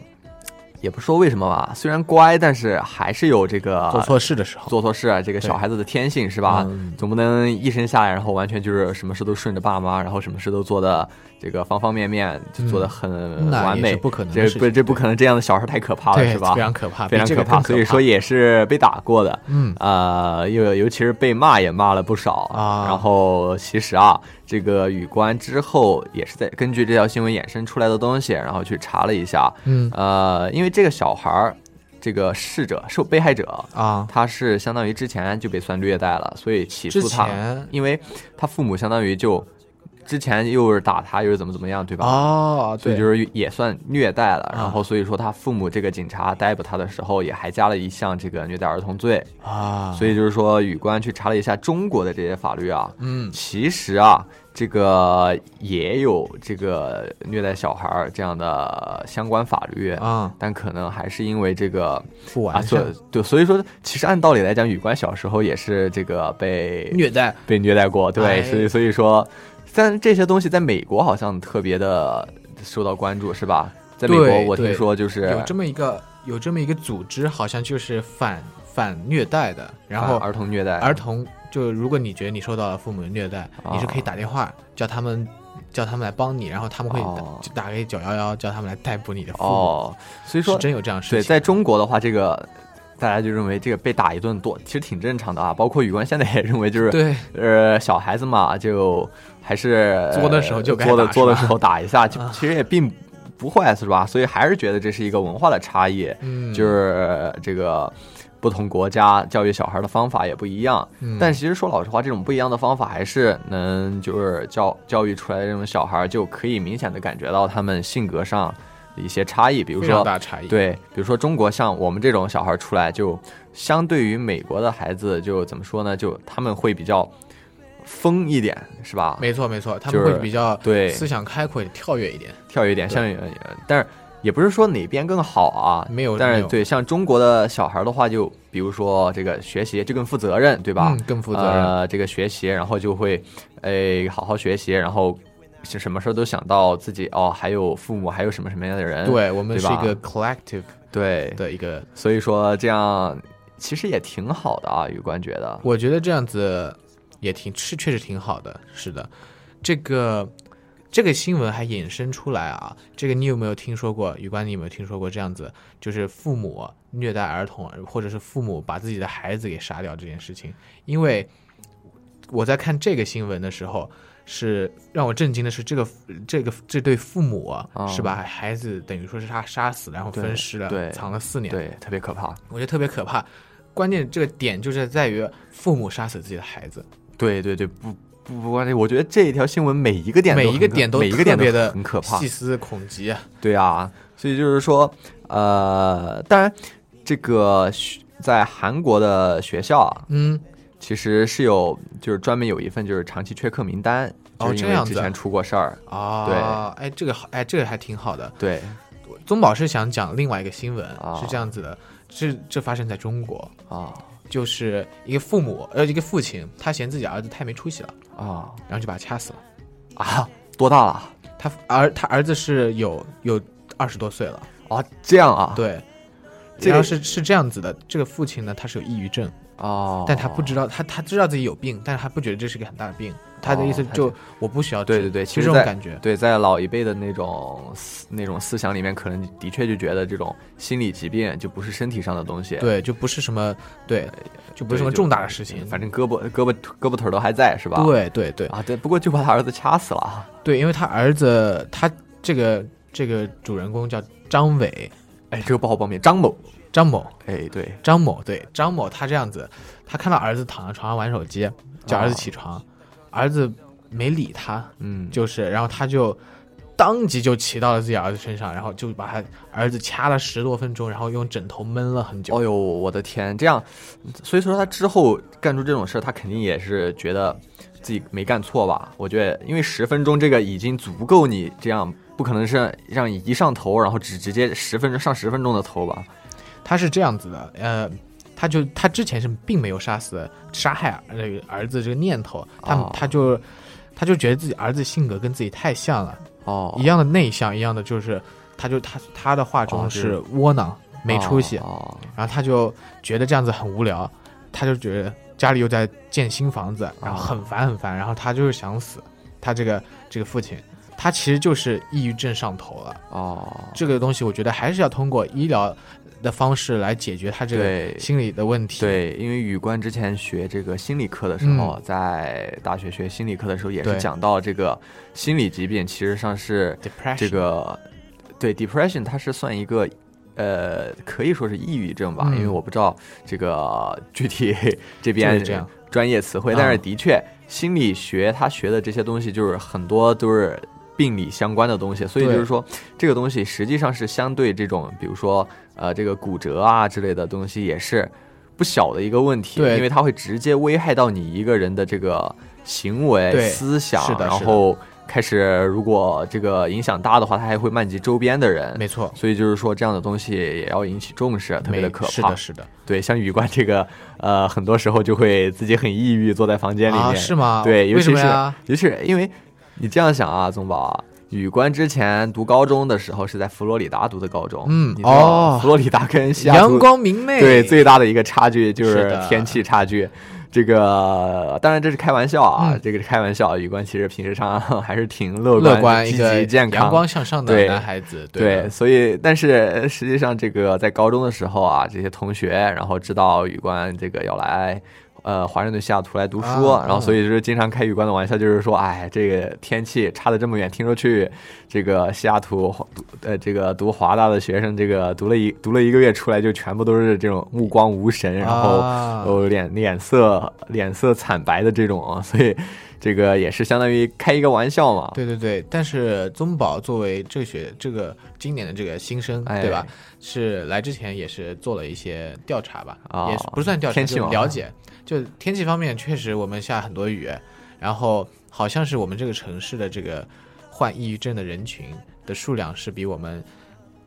K: 也不说为什么吧，虽然乖，但是还是有这个
J: 啊做错事的时候，
K: 做错事啊，这个小孩子的天性是吧
J: 嗯？
K: 总不能一生下来，然后完全就是什么事都顺着爸妈，然后什么事都做的这个方方面面就做的很
J: 嗯那
K: 完
J: 也
K: 美，
J: 是不可能的
K: 这
J: 事
K: 不
J: 情
K: 这不可能这样的小事太可怕了，
J: 对
K: 是吧？
J: 啊非常可怕
K: 非常
J: 比这个
K: 可怕。
J: 更可
K: 所以说
J: 怕
K: 也是被打过的，
J: 嗯
K: 啊，又尤其是被骂也骂了不少啊。然后其实啊，这个雨官之后也是在根据这条新闻衍生出来的东西，然后去查了一下，
J: 嗯
K: 呃，因为这个小孩儿。这个逝者受被害者
J: 啊，
K: 他是相当于之前就被算虐待了，所以起
J: 之
K: 诉他
J: 前，
K: 因为他父母相当于就之前又是打他，又是怎么怎么样，对吧？
J: 哦
K: 所以
J: 对啊
K: 就是也算虐待了。然后所以说他父母这个警察逮捕他的时候，也还加了一项这个虐待儿童罪
J: 啊
K: 所以就是说，雨官去查了一下中国的这些法律啊，
J: 嗯
K: 其实啊，这个也有这个虐待小孩儿这样的相关法律
J: 啊，
K: 但可能还是因为这个
J: 不完
K: 啊，所
J: 善
K: 对，所以说，其实按道理来讲，雨官小时候也是这个被
J: 虐待、
K: 被虐待过，对，
J: 哎
K: 所以所以说，但这些东西在美国好像特别的受到关注，是吧？在美国，
J: 对
K: 我听
J: 对啊
K: 说就是
J: 有这么一个有这么一个组织，好像就是反反虐待的，然后
K: 反儿童虐待
J: 儿童就如果你觉得你受到了父母的虐待，你是可以打电话叫他们叫他们来帮你，然后他们会打、就打给九幺幺，叫他们来逮捕你的父母。
K: 哦，所以说
J: 是真有这样的事情。
K: 对，在中国的话，这个大家就认为这个被打一顿多，其实挺正常的啊。包括雨官现在也认为，就是
J: 对，
K: 呃，小孩子嘛，就还是
J: 作的时候就该
K: 作的
J: 打
K: 作的
J: 是吧啊
K: 时候打一下，其其实也并不坏，是吧？所以还是觉得这是一个文化的差异，
J: 嗯
K: 就是这个。不同国家教育小孩的方法也不一样，
J: 嗯
K: 但其实说老实话，这种不一样的方法还是能就是教教育出来的这种小孩，就可以明显的感觉到他们性格上的一些差异，比如
J: 非
K: 说
J: 常大差异
K: 对，比如说中国像我们这种小孩出来，就相对于美国的孩子，就怎么说呢？就他们会比较疯一点，是吧？
J: 没错没错，他
K: 就
J: 们会
K: 是
J: 比较
K: 对
J: 思想开阔、跳跃一点。
K: 跳跃一点，
J: 对
K: 像呃但是也不是说哪边更好啊，
J: 没有
K: 但
J: 没
K: 是
J: 有
K: 对像中国的小孩的话，就比如说这个学习就更负责任，对吧？
J: 嗯更负责任
K: 呃，这个学习，然后就会哎好好学习，然后。是什么事儿都想到自己哦，还有父母，还有什么什么样的人？
J: 对我们是
K: 嗯吧
J: 一个 collective
K: 对
J: 的一个，
K: 所以说这样其实也挺好的啊，雨官觉得。
J: 我觉得这样子也挺是确实挺好的，是的。这个这个新闻还衍生出来啊，这个你有没有听说过？雨官，你有没有听说过这样子，就是父母虐待儿童，或者是父母把自己的孩子给杀掉这件事情？因为我在看这个新闻的时候。是让我震惊的是，这个这个这对父母、啊
K: 哦
J: 是把孩子等于说是他杀死了，然后
K: 对
J: 分尸了，
K: 对
J: 藏了四年，
K: 对，特别可怕。
J: 我觉得特别可怕。关键这个点就是在于父母杀死自己的孩子，
K: 对对对，不不不关键，我觉得这一条新闻每一个点都
J: 每一个
K: 很可
J: 点都
K: 每一个点
J: 特别的
K: 很可怕
J: 细。思恐极啊。
K: 对啊，所以就是说，呃，当然这个学在韩国的学校啊，
J: 嗯，
K: 其实是有就是专门有一份就是长期缺课名单，就
J: 哦
K: 是因
J: 这
K: 为
J: 样
K: 之
J: 子啊
K: 前出过事儿
J: 啊，对，哎，这个好，哎，这个还挺好的。
K: 对
J: 宗宝是想讲另外一个新闻，是这样子的，这这发生在中国
K: 啊，
J: 就是一个父母呃一个父亲，他嫌自己儿子太没出息了，
K: 啊
J: 然后就把他掐死了
K: 啊，多大了？
J: 他儿他儿子是有有二十多岁了
K: 啊，这样啊，
J: 对，
K: 这
J: 然后
K: 个
J: 是是这样子的，这个父亲呢他是有抑郁症，
K: 哦，
J: 但他不知道，他他知道自己有病，但是他不觉得这是个很大的病。他的意思
K: 哦他
J: 就
K: 就
J: 我不需要治，
K: 对对对，
J: 就
K: 其
J: 这
K: 实
J: 种
K: 在
J: 感觉。
K: 对，在老一辈的那种思那种思想里面，可能的确就觉得这种心理疾病就不是身体上的东西，
J: 对，就不是什么对，就不是什么重大的事情。
K: 嗯反正胳膊胳膊胳膊腿儿都还在是吧？
J: 对对对
K: 啊，对，不过就把他儿子掐死了，啊
J: 对，因为他儿子，他这个这个主人公叫张伟，
K: 哎，这个不好报名，张某，
J: 张某，
K: 哎，对，
J: 张某，对，张某，他这样子，他看到儿子躺在床上玩手机，叫儿子起床，
K: 哦
J: 儿子没理他，
K: 嗯，
J: 就是，然后他就当即就骑到了自己儿子身上，然后就把他儿子掐了十多分钟，然后用枕头闷了很久。
K: 哦呦，我的天，这样，所以说他之后干出这种事儿，他肯定也是觉得自己没干错吧？我觉得，因为十分钟这个已经足够你这样，不可能是让你一上头，然后只直接十分钟上十分钟的头吧？
J: 他是这样子的，呃，他就他之前是并没有杀死杀害那个儿子这个念头，他、
K: 哦
J: 他就他就觉得自己儿子性格跟自己太像了，
K: 哦，
J: 一样的内向，一样的就是，他就他他的话中
K: 哦
J: 是
K: 就是
J: 窝囊、没出息，
K: 哦
J: 然后他就觉得这样子很无聊，他就觉得家里又
K: 啊
J: 在建新房子，然后很烦很烦，然后他就是想死，他这个这个父亲。他其实就是抑郁症上头了。
K: 哦，
J: 这个东西我觉得还是要通过医疗的方式来解决他这
K: 对
J: 个心理的问题。
K: 对，因为宇冠之前学这个心理课的时候，在大学学心理课的时候也是
J: 嗯对
K: 讲到这个心理疾病，其实上是
J: Depression
K: 这个对 depression，它是算一个。呃，可以说是抑郁症吧，
J: 嗯
K: 因为我不知道这个具体这边
J: 就是这样嗯
K: 专业词汇，但是的确，心理学他学的这些东西就是很多都是病理相关的东西，所以就
J: 对
K: 是说，这个东西实际上是相对这种，比如说呃，这个骨折啊之类的东西，也是不小的一个问题，
J: 对
K: 因为它会直接危害到你一个人的这个行为、
J: 对
K: 思想，
J: 是的
K: 然
J: 是的
K: 后开始如果这个影响大的话，它还会漫及周边的人，
J: 没错，
K: 所以就是说，这样的东西也要引起重视，特别的
J: 没
K: 可怕。
J: 是的是的，
K: 对，像雨冠这个，呃，很多时候就会自己很抑郁，坐在房间里面。
J: 啊是吗
K: 对，尤
J: 为什
K: 其
J: 么
K: 是
J: 呀
K: 尤其是因为你这样想啊，宗宝啊，雨冠之前读高中的时候是在佛罗里达读的高中，
J: 嗯
K: 你知道
J: 哦
K: 佛罗里达跟西雅图
J: 阳光明媚，
K: 对，最大的一个差距就是是
J: 的
K: 天气差距。这个当然这是开玩笑啊，
J: 嗯
K: 这个是开玩笑。宇观其实平时上 还是挺乐
J: 乐观
K: 积
J: 一个
K: 极、健康、
J: 阳光向上的
K: 对
J: 男孩子对
K: 对
J: 的
K: 所以但是实际上这个在高中的时候啊，这些同学然后知道宇观这个要来。呃，华盛顿西雅图来读书，
J: 啊
K: 然后所
J: 嗯
K: 以就是经常开宇观的玩笑，就是说，哎，这个天气差得这么远，听说去这个西雅图，呃，这个读华大的学生，这个读了一读了一个月出来，就全部都是这种目光无神，然后
J: 啊
K: 呃脸脸色脸色惨白的这种啊，所以这个也是相当于开一个玩笑嘛。
J: 对对对，但是宗宝作为这个学这个今年的这个新生，
K: 哎
J: 对吧？是来之前也是做了一些调查吧，
K: 哦
J: 也是不算调查，
K: 天气
J: 就
K: 网啊
J: 了解。就天气方面，确实我们下很多雨，然后好像是我们这个城市的这个患抑郁症的人群的数量是比我们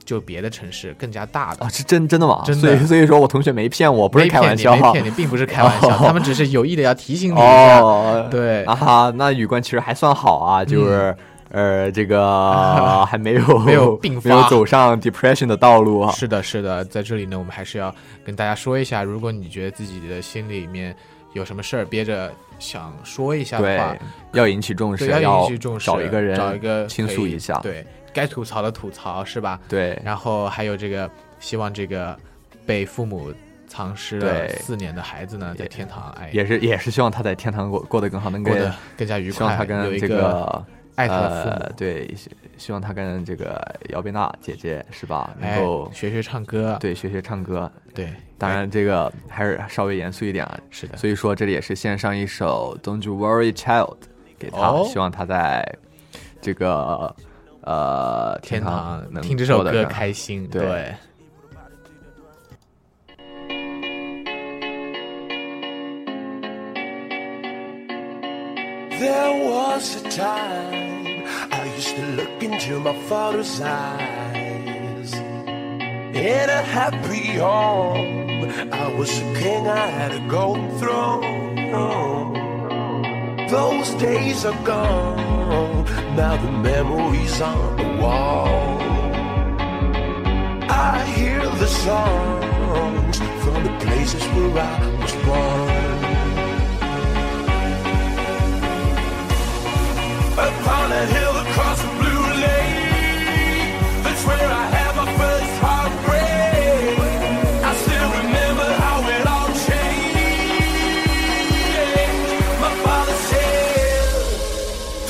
J: 就别的城市更加大的
K: 啊，。是真真的吗？
J: 真的
K: 所以所以说我同学没骗我，不是
J: 没
K: 开
J: 骗
K: 玩
J: 你
K: 笑，
J: 没骗你，并不是 开玩笑，
K: 哦
J: 他们只是有意的要提醒你一下。
K: 哦，
J: 对嗯
K: 啊哈，那宇冠其实还算好啊，就是、呃，这 个还没有
J: 没有并发
K: 没有走上 depression 的道路啊。
J: 是的，是的，在这里呢，我们还是要跟大家说一下，如果你觉得自己的心里面有什么事儿憋着想说一下的
K: 对
J: 话，，
K: 要引起重视，
J: 对，要引起重视，
K: 找一个人
J: 找一个
K: 倾诉
J: 可以
K: 一下。
J: 对该吐槽的吐槽，是吧？
K: 对
J: 然后还有这个，希望这个被父母藏尸了
K: 对
J: 四年的孩子呢，在天堂哎
K: 也是也是希望他在天堂过过得更好，能
J: 过
K: 跟
J: 得更加愉快
K: 希望他
J: 有
K: 跟
J: 一
K: 这
J: 个爱他的父母
K: 呃、对，希希望他跟这个姚贝娜姐姐是吧，能
J: 哎
K: 够、
J: 学学唱歌，
K: 对学学唱歌。
J: 对，
K: 当然，这个还是稍微严肃一点啊。
J: 是的
K: 所以说这里也是献上一首《Don't You Worry Child》给他，
J: 哦
K: 希望他在这个呃
J: 天
K: 堂
J: 堂
K: 能
J: 听这首
K: 过得
J: 歌
K: 更好
J: 开心，
K: 对
J: 对
L: There was a time I used to look into my father's eyes. In a happy home, I was a king, I had a golden throne. Those days are gone, now the memories on the wall. I hear the songs from the places where I was born. upon a hill across the blue lake. That's where I had my first heartbreak. I still remember how it all changed. My father said,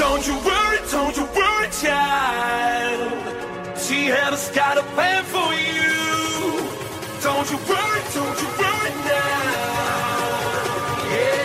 L: Don't you worry, don't you worry, child. She has got a plan for you. Don't you worry, don't you worry now. Yeah.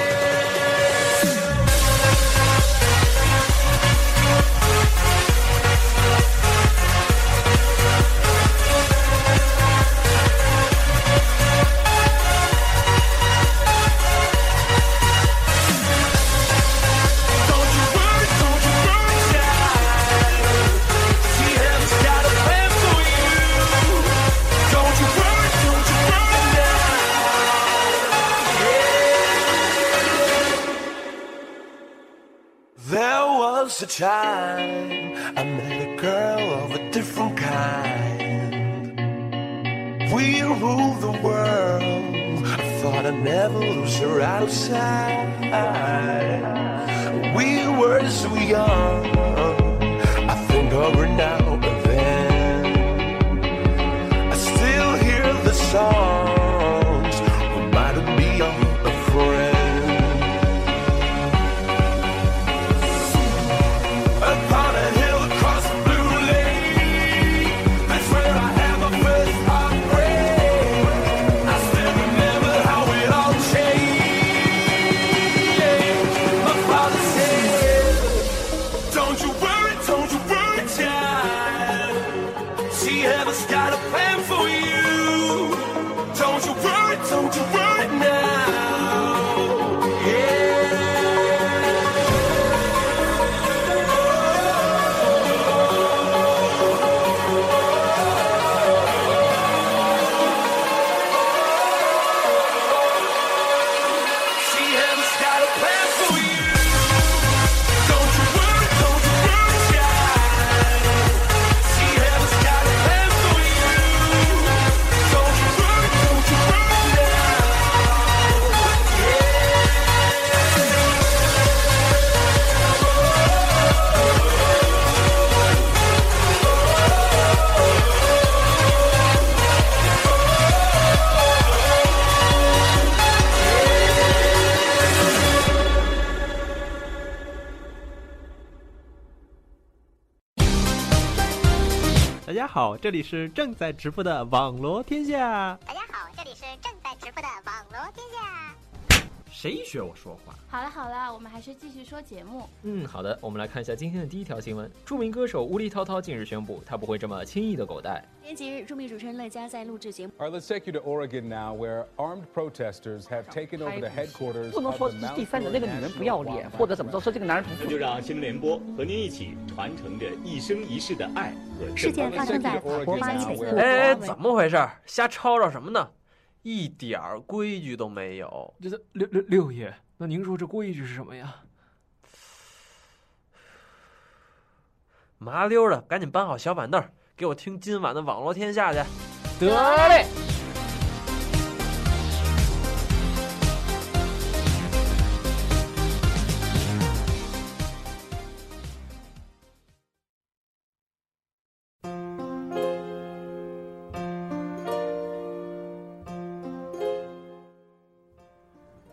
L: There was a time I met a girl of a different kind. We ruled the world. I thought I'd never lose her outside. We were so young. I
M: and over now and then. I still hear the songs reminding me of a friend. Upon a hill across the blue lake, that's where I had my first heartbreak. I still remember how it all changed. My father said. Don't you worry, don't you worry, child. She has got a plan for you. Don't you worry, don't you worry now. Yeah. She has got a plan for you. Don't you worry, don't you worry, child. She has got a plan for you. Don't you worry, don't you worry now.
N: 大家好，这里是正在直播的网罗天下。
O: 大家好，这里是正在直播的网罗天下。
P: 谁学我说话？
O: 好了好了，我们还是继续说节目。
P: 嗯，好的，我们来看一下今天的第一条新闻。著名歌手乌力涛涛近日宣布，他不会这么轻易的狗带。
Q: 今天节日，著名主持人乐嘉在录制节目。
R: All right, let's take you to Oregon now, where armed protesters have taken over the headquarters
S: 不能
R: of
S: 说
R: the
S: 第
R: Mount
S: 三者那个女人不要脸，或者怎么着说这个男人不。那就让新闻联播和您一起传承着一生一世的爱和
Q: 事件发生在法国巴黎北部。
T: 哎，怎么回事儿？瞎吵吵什么呢？一点儿规矩都没有。
U: 这六六六爷，那您说这规矩是什么呀？
T: 麻溜的，赶紧搬好小板凳儿，给我听今晚的《网络天下》去。
U: 得嘞。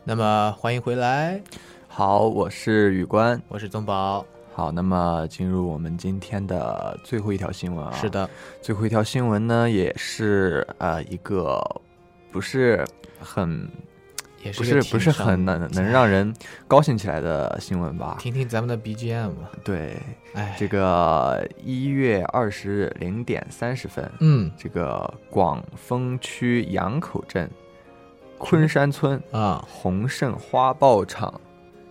J: 那么欢迎回来，
K: 好，我是宇官，
J: 我是宗宝。
K: 好，那么进入我们今天的最后一条新闻啊。
J: 是的，
K: 最后一条新闻呢，也是呃一个不是很，
J: 也是
K: 不
J: 个
K: 是
J: 挺
K: 不是
J: 伤
K: 很能能让人高兴起来的新闻吧？
J: 听听咱们的 BGM 吧。哎
K: 对，这个一月二十日零点三十分，
J: 嗯，
K: 这个广丰区杨口镇昆山村
J: 啊
K: 宏盛花爆厂，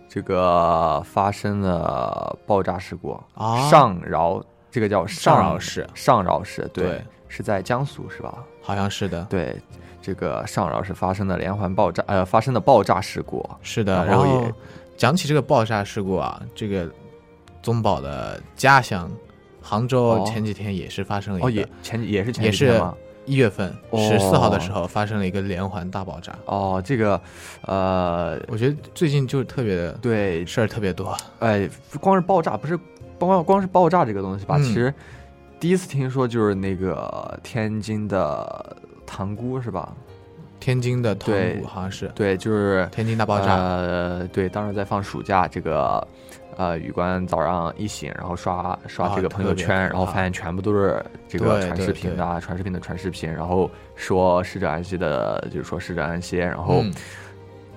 K: 这个发生了爆炸事故
J: 啊
K: 上饶这个叫
J: 上
K: 上
J: 饶市
K: 上饶市对
J: 对
K: 是在江苏是吧？
J: 好像是的，
K: 对。这个上饶市发生的连环爆炸，呃，发生的爆炸事故
J: 是的，
K: 然
J: 然
K: 后
J: 后
K: 也
J: 讲起这个爆炸事故啊，这个宗宝的家乡杭州
K: 哦
J: 前几天也是发生了一个，
K: 哦也前也是前
J: 也
K: 几天
J: 是
K: 吗
J: 一月份
K: 哦
J: 十四号的时候发生了一个连环大爆炸。
K: 哦，这个，呃，
J: 我觉得最近就是特别的
K: 对
J: 事儿特别多。
K: 哎，不光是爆炸，不是光光是爆炸这个东西吧？
J: 嗯
K: 其实第一次听说就是那个天津的塘沽是吧？
J: 天津的塘
K: 对
J: 沽好像是
K: 对，就是
J: 天津大爆炸
K: 呃，对，当时在放暑假，这个呃，宇官早上一醒，然后刷刷
J: 啊
K: 这个朋友
J: 特
K: 圈，
J: 别可怕
K: 然后发现全部都是这个
J: 对
K: 传
J: 对
K: 视频的啊，传视频的传视频，然后说逝者安息的，就是说逝者安息，然后
J: 嗯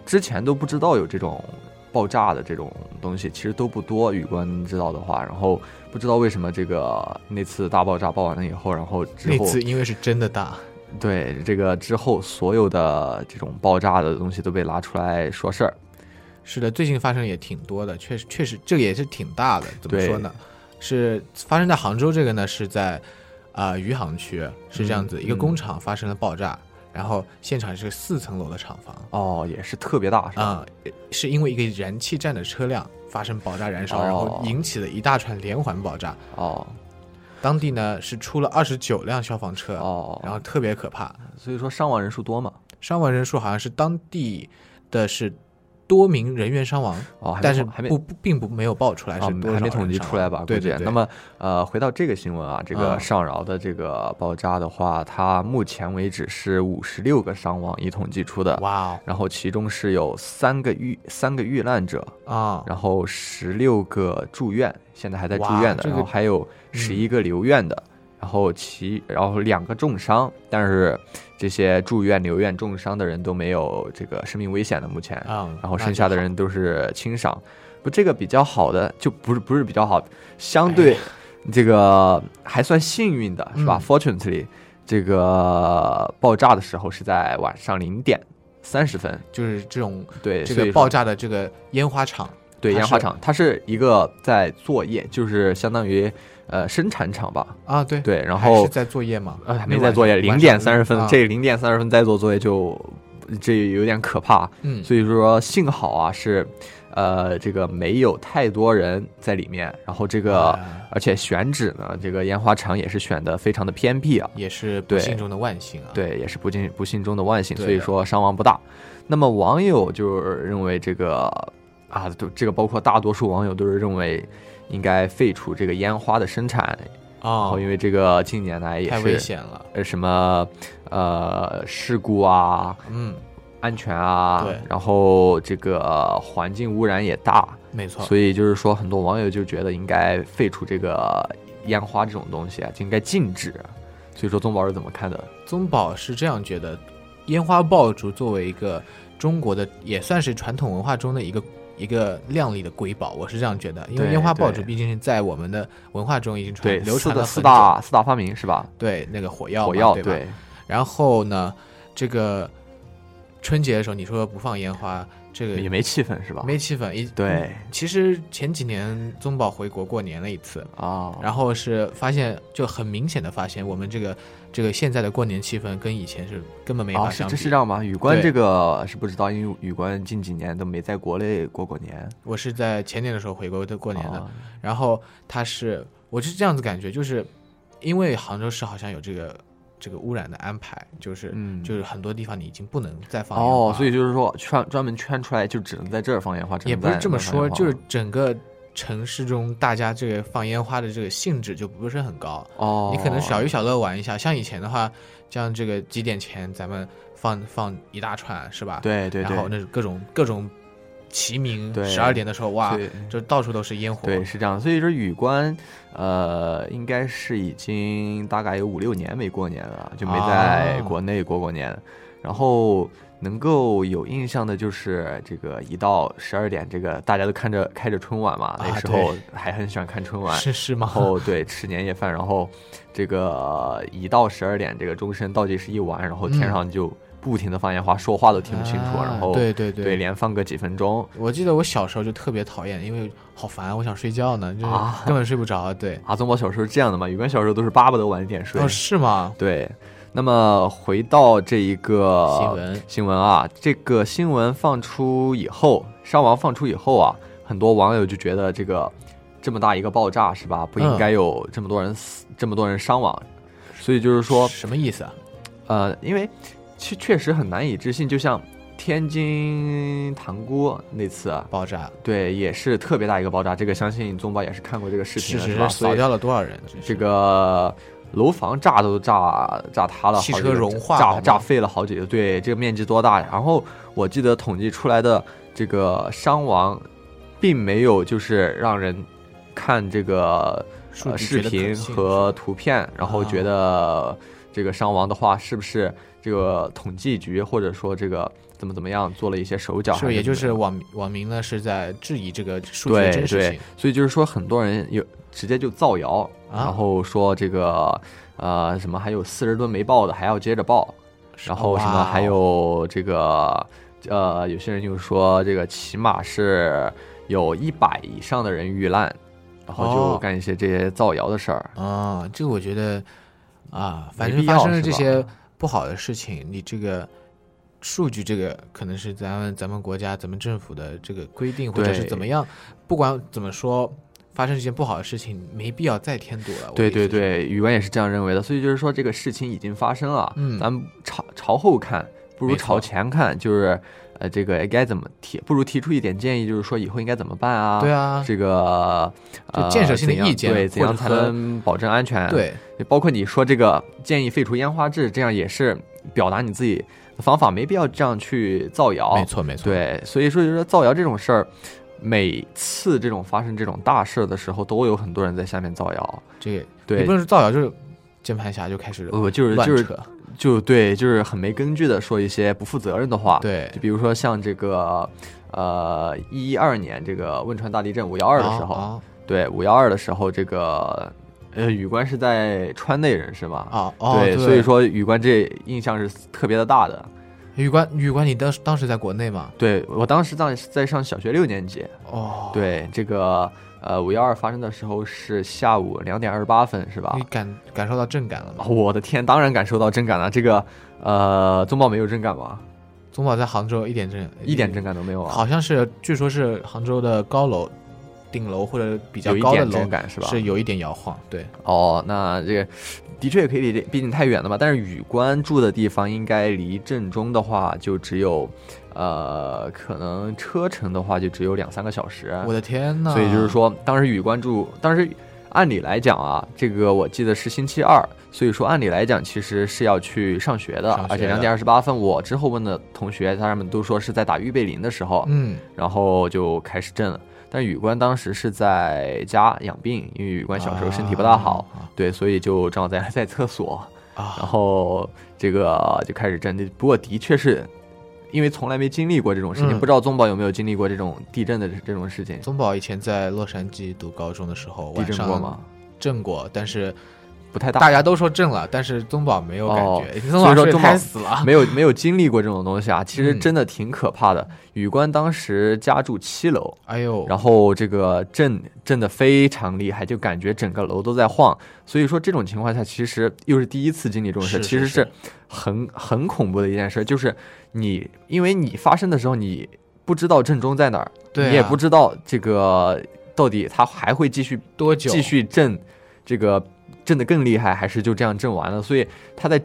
K: 之前都不知道有这种爆炸的这种东西，其实都不多。宇官知道的话，然后不知道为什么这个那次大爆炸爆完了以后，然后之
J: 那
K: 后
J: 次因为是真的大，
K: 对这个之后所有的这种爆炸的东西都被拉出来说事儿。
J: 是的，最近发生也挺多的，确实确实这个也是挺大的。怎么
K: 对
J: 说呢？是发生在杭州这个呢，是在啊余杭区是这样子，
K: 嗯
J: 一个工
K: 嗯
J: 厂发生了爆炸，然后现场是四层楼的厂房
K: 哦，也是特别大是吧？
J: 啊、是因为一个燃气站的车辆发生爆炸燃烧，
K: 哦
J: 然后引起了一大串连环爆炸。
K: 哦，
J: 当地呢是出了二十九辆消防车，
K: 哦，
J: 然后特别可怕。
K: 所以说伤亡人数多嘛？
J: 伤亡人数好像是当地的是多名人员伤亡，
K: 哦还没
J: 但是
K: 还没
J: 不不并不没有报出来是
K: 啊
J: 多少
K: 还没
J: 人
K: 统计
J: 伤
K: 出来
J: 亡
K: 吧？
J: 对
K: 估计
J: 对对。
K: 那么呃，回到这个新闻啊，这个
J: 啊
K: 上饶的这个爆炸的话，它目前为止是五十六个伤亡，已统计出的。
J: 哇、
K: 然后其中是有三个遇三个遇难者
J: 啊，
K: 然后十六个住院，现在还在住
J: 哇
K: 院的，
J: 这个嗯
K: 然后还有十一个留院的。然后其，然后两个重伤，但是这些住院、留院、重伤的人都没有这个生命危险的，目前。
J: 啊
K: 然后
J: 那
K: 剩
J: 就
K: 下的人都是轻伤。不，这个比较好的就不是不是比较好，
J: 哎
K: 相对这个还算幸运的是吧、
J: 嗯
K: f o r t u n a t e l y 这个爆炸的时候是在晚上零点三十分，
J: 就是这种
K: 对
J: 这
K: 所
J: 个
K: 以说
J: 爆炸的这个烟花厂，
K: 对，
J: 它
K: 烟花
J: 是
K: 厂，它是一个在作业，就是相当于呃生产厂吧。
J: 啊，对
K: 对，然
J: 还
K: 后
J: 是在作业嘛，
K: 呃，还没
J: 那
K: 在
J: 晚
K: 作业，
J: 晚
K: 零
J: 上
K: 点三十分
J: 啊，
K: 这零点三十分再做作业就这有点可怕。
J: 嗯
K: 所以说幸好啊是，呃，这个没有太多人在里面，然后这个、
J: 啊
K: 而且选址呢，这个烟花厂也是选的非常的偏僻啊，
J: 也是不
K: 对
J: 幸中的万幸啊。
K: 对，也是不幸不幸中的万幸，
J: 对
K: 所以说伤亡不大。那么网友就是认为这个啊，都这个包括大多数网友都是认为应该废除这个烟花的生产
J: 啊
K: 然后因为这个近年来也
J: 太
K: 是
J: 危险了，
K: 呃，什么呃事故啊，
J: 嗯，
K: 安全啊，
J: 对
K: 然后这个呃环境污染也大，
J: 没错
K: 所以就是说，很多网友就觉得应该废除这个烟花这种东西啊，就应该禁止。所以说，宗宝是怎么看的？
J: 宗宝是这样觉得，烟花爆竹作为一个中国的，也算是传统文化中的一个一个亮丽的瑰宝，我是这样觉得，因为
K: 对
J: 烟花爆竹
K: 对
J: 毕竟是在我们的文化中已经传
K: 对，
J: 流传
K: 四
J: 了
K: 大四
J: 很
K: 大
J: 久
K: 四大发明是吧？
J: 对那个火药嘛
K: 火药
J: 对吧
K: 对
J: 然后呢，这个春节的时候你说不放烟花，这个
K: 也没气氛是吧？
J: 没气氛，一嗯
K: 对
J: 其实前几年宗宝回国过年了一次
K: 啊，
J: 然后是发现就很明显的发现，我们这个这个现在的过年气氛跟以前是根本没
K: 啊，
J: 法
K: 是
J: 相比。
K: 这是这样吗？宇官
J: 对
K: 这个是不知道，因为宇官近几年都没在国内过过年。
J: 我是在前年的时候回国的过年的，
K: 哦
J: 然后他是我是这样子感觉，就是因为杭州市好像有这个这个污染的安排，就是、就是很多地方你已经不能再放烟花
K: 嗯哦
J: 了，
K: 所以就是说圈专门圈出来，就只能在这儿放烟花，只
J: 也
K: 能
J: 不是
K: 在
J: 这么
K: 那儿放烟
J: 说，
K: 花
J: 就是整个城市中大家这个放烟花的这个兴致就不是很高。
K: 哦，
J: 你可能小娱小乐玩一下，像以前的话，像这个几点前咱们放放一大串是吧？
K: 对对对
J: 然后那各种各种齐鸣，
K: 对
J: 十二点的时候哇
K: 对，
J: 就到处都是烟火。
K: 对， 是这样。所以说，雨官，呃，应该是已经大概有五六年没过年了，就没在
J: 啊
K: 国内过过年。然后能够有印象的就是这个一到十二点，这个大家都看着开着春晚嘛，那
J: 啊
K: 时候
J: 对
K: 还很喜欢看春晚，
J: 是是吗
K: 然后对，吃年夜饭，然后这个一到十二点，这个钟声倒计时一完，然后天
J: 嗯
K: 上就。不停的放烟花，说话都听不清楚，
J: 啊
K: 然后
J: 对对对
K: 对，连放个几分钟，
J: 我记得我小时候就特别讨厌，因为好烦，我想睡觉呢，就是
K: 啊
J: 根本睡不着。对，
K: 阿宗宝小时候是这样的嘛，宇官小时候都是巴不得晚一点 睡。
J: 哦，是吗？
K: 对。那么回到这一个
J: 新闻
K: 新闻啊，这个新闻放出以后，伤亡放出以后啊，很多网友就觉得这个这么大一个爆炸是吧，不应该有这么多人死，这么多人伤亡，所以就是说
J: 什么意思啊？
K: 呃，因为确确实很难以置信，就像天津塘沽那次啊
J: 爆炸，
K: 对，也是特别大一个爆炸。这个相信宗宝也是看过这个视频
J: 是
K: 的，
J: 是
K: 吧？
J: 是，
K: 所
J: 扫
K: 以
J: 掉了多少人？
K: 这个楼房炸都炸炸塌了，
J: 汽
K: 好几
J: 车
K: 个
J: 融化了
K: 炸
J: 吗
K: 炸废了好几个，对，这个面积多大？然后我记得统计出来的这个伤亡，并没有就是让人看这个、
J: 数
K: 呃、
J: 据
K: 视
J: 觉得可
K: 频
J: 信
K: 和图片，然后觉
J: 啊
K: 得这个伤亡的话，是不是这个统计局或者说这个怎么怎么样做了一些手脚还怎
J: 是，
K: 么样？
J: 也就是网民网民呢是在质疑这个数据的
K: 对
J: 真实
K: 对
J: 性。，
K: 所以就是说很多人有直接就造谣，
J: 啊
K: 然后说这个呃什么还有四十吨没爆的还要接着爆，然后什么
J: 哇
K: 还有这个呃有些人就说这个起码是有一百以上的人遇难，然后就
J: 哦
K: 干一些这些造谣的事儿。
J: 啊、这个我觉得啊，反
K: 没
J: 正
K: 必
J: 发
K: 要
J: 生了
K: 是
J: 这
K: 吧
J: 些不好的事情，你这个数据，这个可能是咱们咱们国家、咱们政府的这个规定，或者是
K: 对
J: 怎么样，不管怎么说，发生这件不好的事情，没必要再添堵了。我
K: 对
J: 的
K: 对
J: 意思是，
K: 对，宇文也是这样认为的，所以就是说这个事情已经发生了，
J: 嗯
K: 咱们朝朝后看不如
J: 没错
K: 朝前看，就是呃，这个该怎么提？不如提出一点建议，就是说以后应该怎么办啊？
J: 对啊
K: 这个
J: 就
K: 呃
J: 建设性的
K: 怎样
J: 意见
K: 对，怎样
J: 或者
K: 才
J: 和
K: 能保证安全？
J: 对，
K: 包括你说这个建议废除烟花制，这样也是表达你自己的方法，没必要这样去造谣。
J: 没错没错
K: 对，所以说就是说造谣这种事儿。每次这种发生这种大事儿的时候，都有很多人在下面造谣。
J: 这
K: 对
J: 也不能是造谣，就是键盘侠就开始
K: 呃，就是
J: 乱
K: 就是
J: 扯
K: 就对，就是很没根据的说一些不负责任的话。
J: 对，
K: 就比如说像这个呃一二年这个汶川大地震五幺二的时候，
J: 哦
K: 对五幺二的时候，这个呃雨官是在川内人是吗？
J: 啊哦
K: 对，
J: 对
K: 所以说雨官这印象是特别的大的。
J: 雨官雨官，你当时当时在国内吗？
K: 对我当时在在上小学六年级。
J: 哦，
K: 对，这个呃五幺二发生的时候是下午两点二十八分是吧？
J: 你感感受到震感了吗？
K: 我的天，当然感受到震感了。这个呃，中报没有震感吗？
J: 宗宝在杭州一点震，
K: 一点震感都没有啊。
J: 好像是据说是杭州的高楼、顶楼或者比较
K: 有一
J: 高的
K: 点
J: 楼
K: 震感是吧？
J: 有一点摇晃，对。
K: 哦，那这个的确也可以理解，毕竟太远了嘛。但是雨官住的地方应该离正中的话，就只有呃，可能车程的话就只有两三个小时。
J: 我的天呐！
K: 啊所以就是说，当时雨官住，当时按理来讲啊，这个我记得是星期二，所以说按理来讲其实是要去上学的，
J: 学的
K: 而且两点二十八分，我之后问的同学，他们都说是在打预备铃的时候，
J: 嗯，
K: 然后就开始震了。但雨官当时是在家养病，因为雨官小时候身体不大
J: 啊
K: 好，对，所以就正好在 在厕所，然后这个就开始震。不过的确是因为从来没经历过这种事情，
J: 嗯
K: 不知道宗宝有没有经历过这种地震的这种事情。
J: 宗宝以前在洛杉矶读高中的时候，
K: 地震
J: 晚上
K: 过吗？
J: 震过，但是
K: 不太大
J: 家都说震了，但是宗宝没有感觉，宗
K: 所
J: 宝
K: 以说
J: 睡
K: 中
J: 太
K: 宝
J: 死了，
K: 哦没有没有经历过这种东西啊，其实
J: 嗯
K: 真的挺可怕的。雨官当时家住七楼，
J: 哎呦，
K: 然后这个震震的非常厉害，就感觉整个楼都在晃。所以说这种情况下，其实又是第一次经历这种事，
J: 是
K: 其实
J: 是
K: 是很很恐怖的一件事，就是你因为你发生的时候，你不知道震中在哪儿，
J: 对啊
K: 你也不知道这个到底它还会继续
J: 多久啊
K: 继续震，这个震得更厉害，还是就这样震完了？所以它在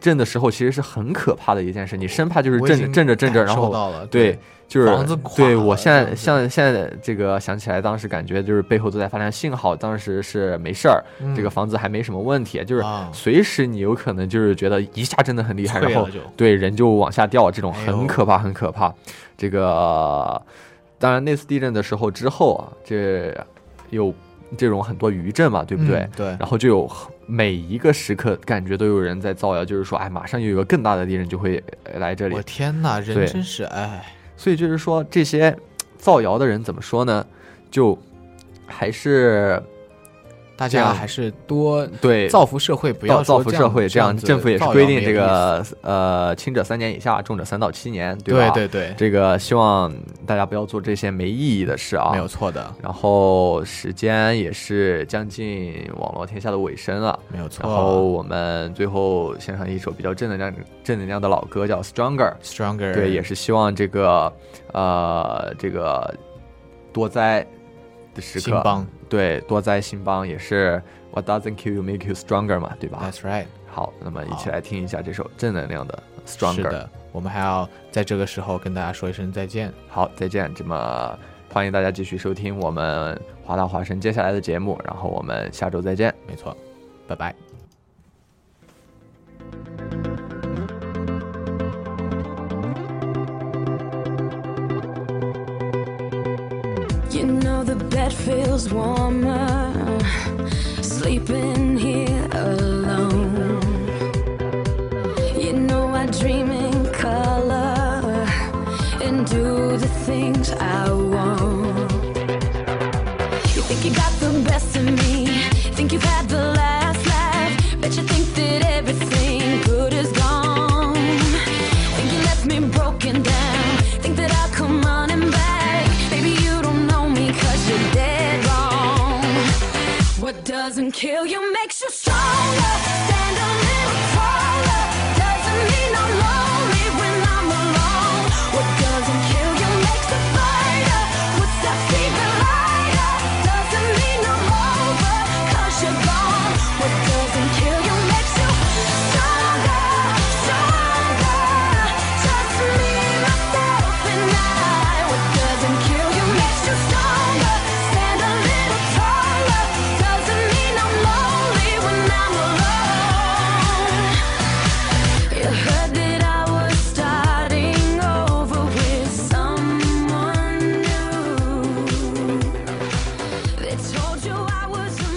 K: 震的时候其实是很可怕的一件事，你生怕就是
J: 我已
K: 震
J: 经
K: 震着震着，
J: 感
K: 然
J: 受
K: 后
J: 到了
K: 对
J: 对。
K: 就是
J: 房子垮
K: 对
J: 了
K: 我现
J: 这
K: 在
J: 样子
K: 像现在这个想起来，当时感觉就是背后都在发亮，幸好当时是没事儿，
J: 嗯啊
K: 这个房子还没什么问题，就是随时你有可能就是觉得一下真的很厉害，
J: 脆
K: 然后
J: 了就
K: 对人就往下掉，这种
J: 哎呦
K: 很可怕，很可怕。这个当然那次地震的时候之后啊，这有这种很多余震嘛，对不对？
J: 嗯对
K: 然后就有每一个时刻感觉都有人在造谣，就是说哎，马上又有一个更大的地震就会呃来这里。
J: 我天呐，人
K: 对
J: 真是哎，
K: 所以就是说，这些造谣的人怎么说呢？就还是
J: 大
K: 这
J: 家
K: 样
J: 还是多
K: 对
J: 造福社会，不要
K: 造造
J: 说
K: 福
J: 这样
K: 社会，
J: 这样子
K: 政府也是
J: 造谣
K: 规定
J: 没有
K: 这
J: 意
K: 个呃轻者三年以下，重者三到七年，吧？
J: 对
K: 对
J: 对对
K: 这个希望大家不要做这些没意义的事啊，没有
J: 错的。
K: 然后时间也是将近网络天下的尾声了，
J: 没有错
K: 然后我们最后献上一首比较正能量、正能量的老歌，叫《Stronger》
J: Stronger
K: 对，也是希望这个呃这个多灾的时刻，
J: 兴邦
K: 对多灾兴邦也是 What doesn't kill you make you stronger 嘛，对吧
J: ？That's right。
K: 好，那么一起来听一下这首正能量的《Stronger》。
J: 是的，我们还要在这个时候跟大家说一声再见。
K: 好，再见。这么欢迎大家继续收听我们华大华生接下来的节目，然后我们下周再见。
J: 没错，拜拜。
V: You know the bed feels warmer sleeping here alone. You know I dream in color and do the things I want. You think you got the best of me, think you've had the last laugh, but you think that everything good is gone. Think you left me broken down. Think that I'll come running back. Maybe you don't know me cause you're dead wrong. What doesn't kill you makes you stronger. Stand a little taller. Doesn't mean I'm lonely when I'm alone. What doesn't kill you makes a fighter. told you I was a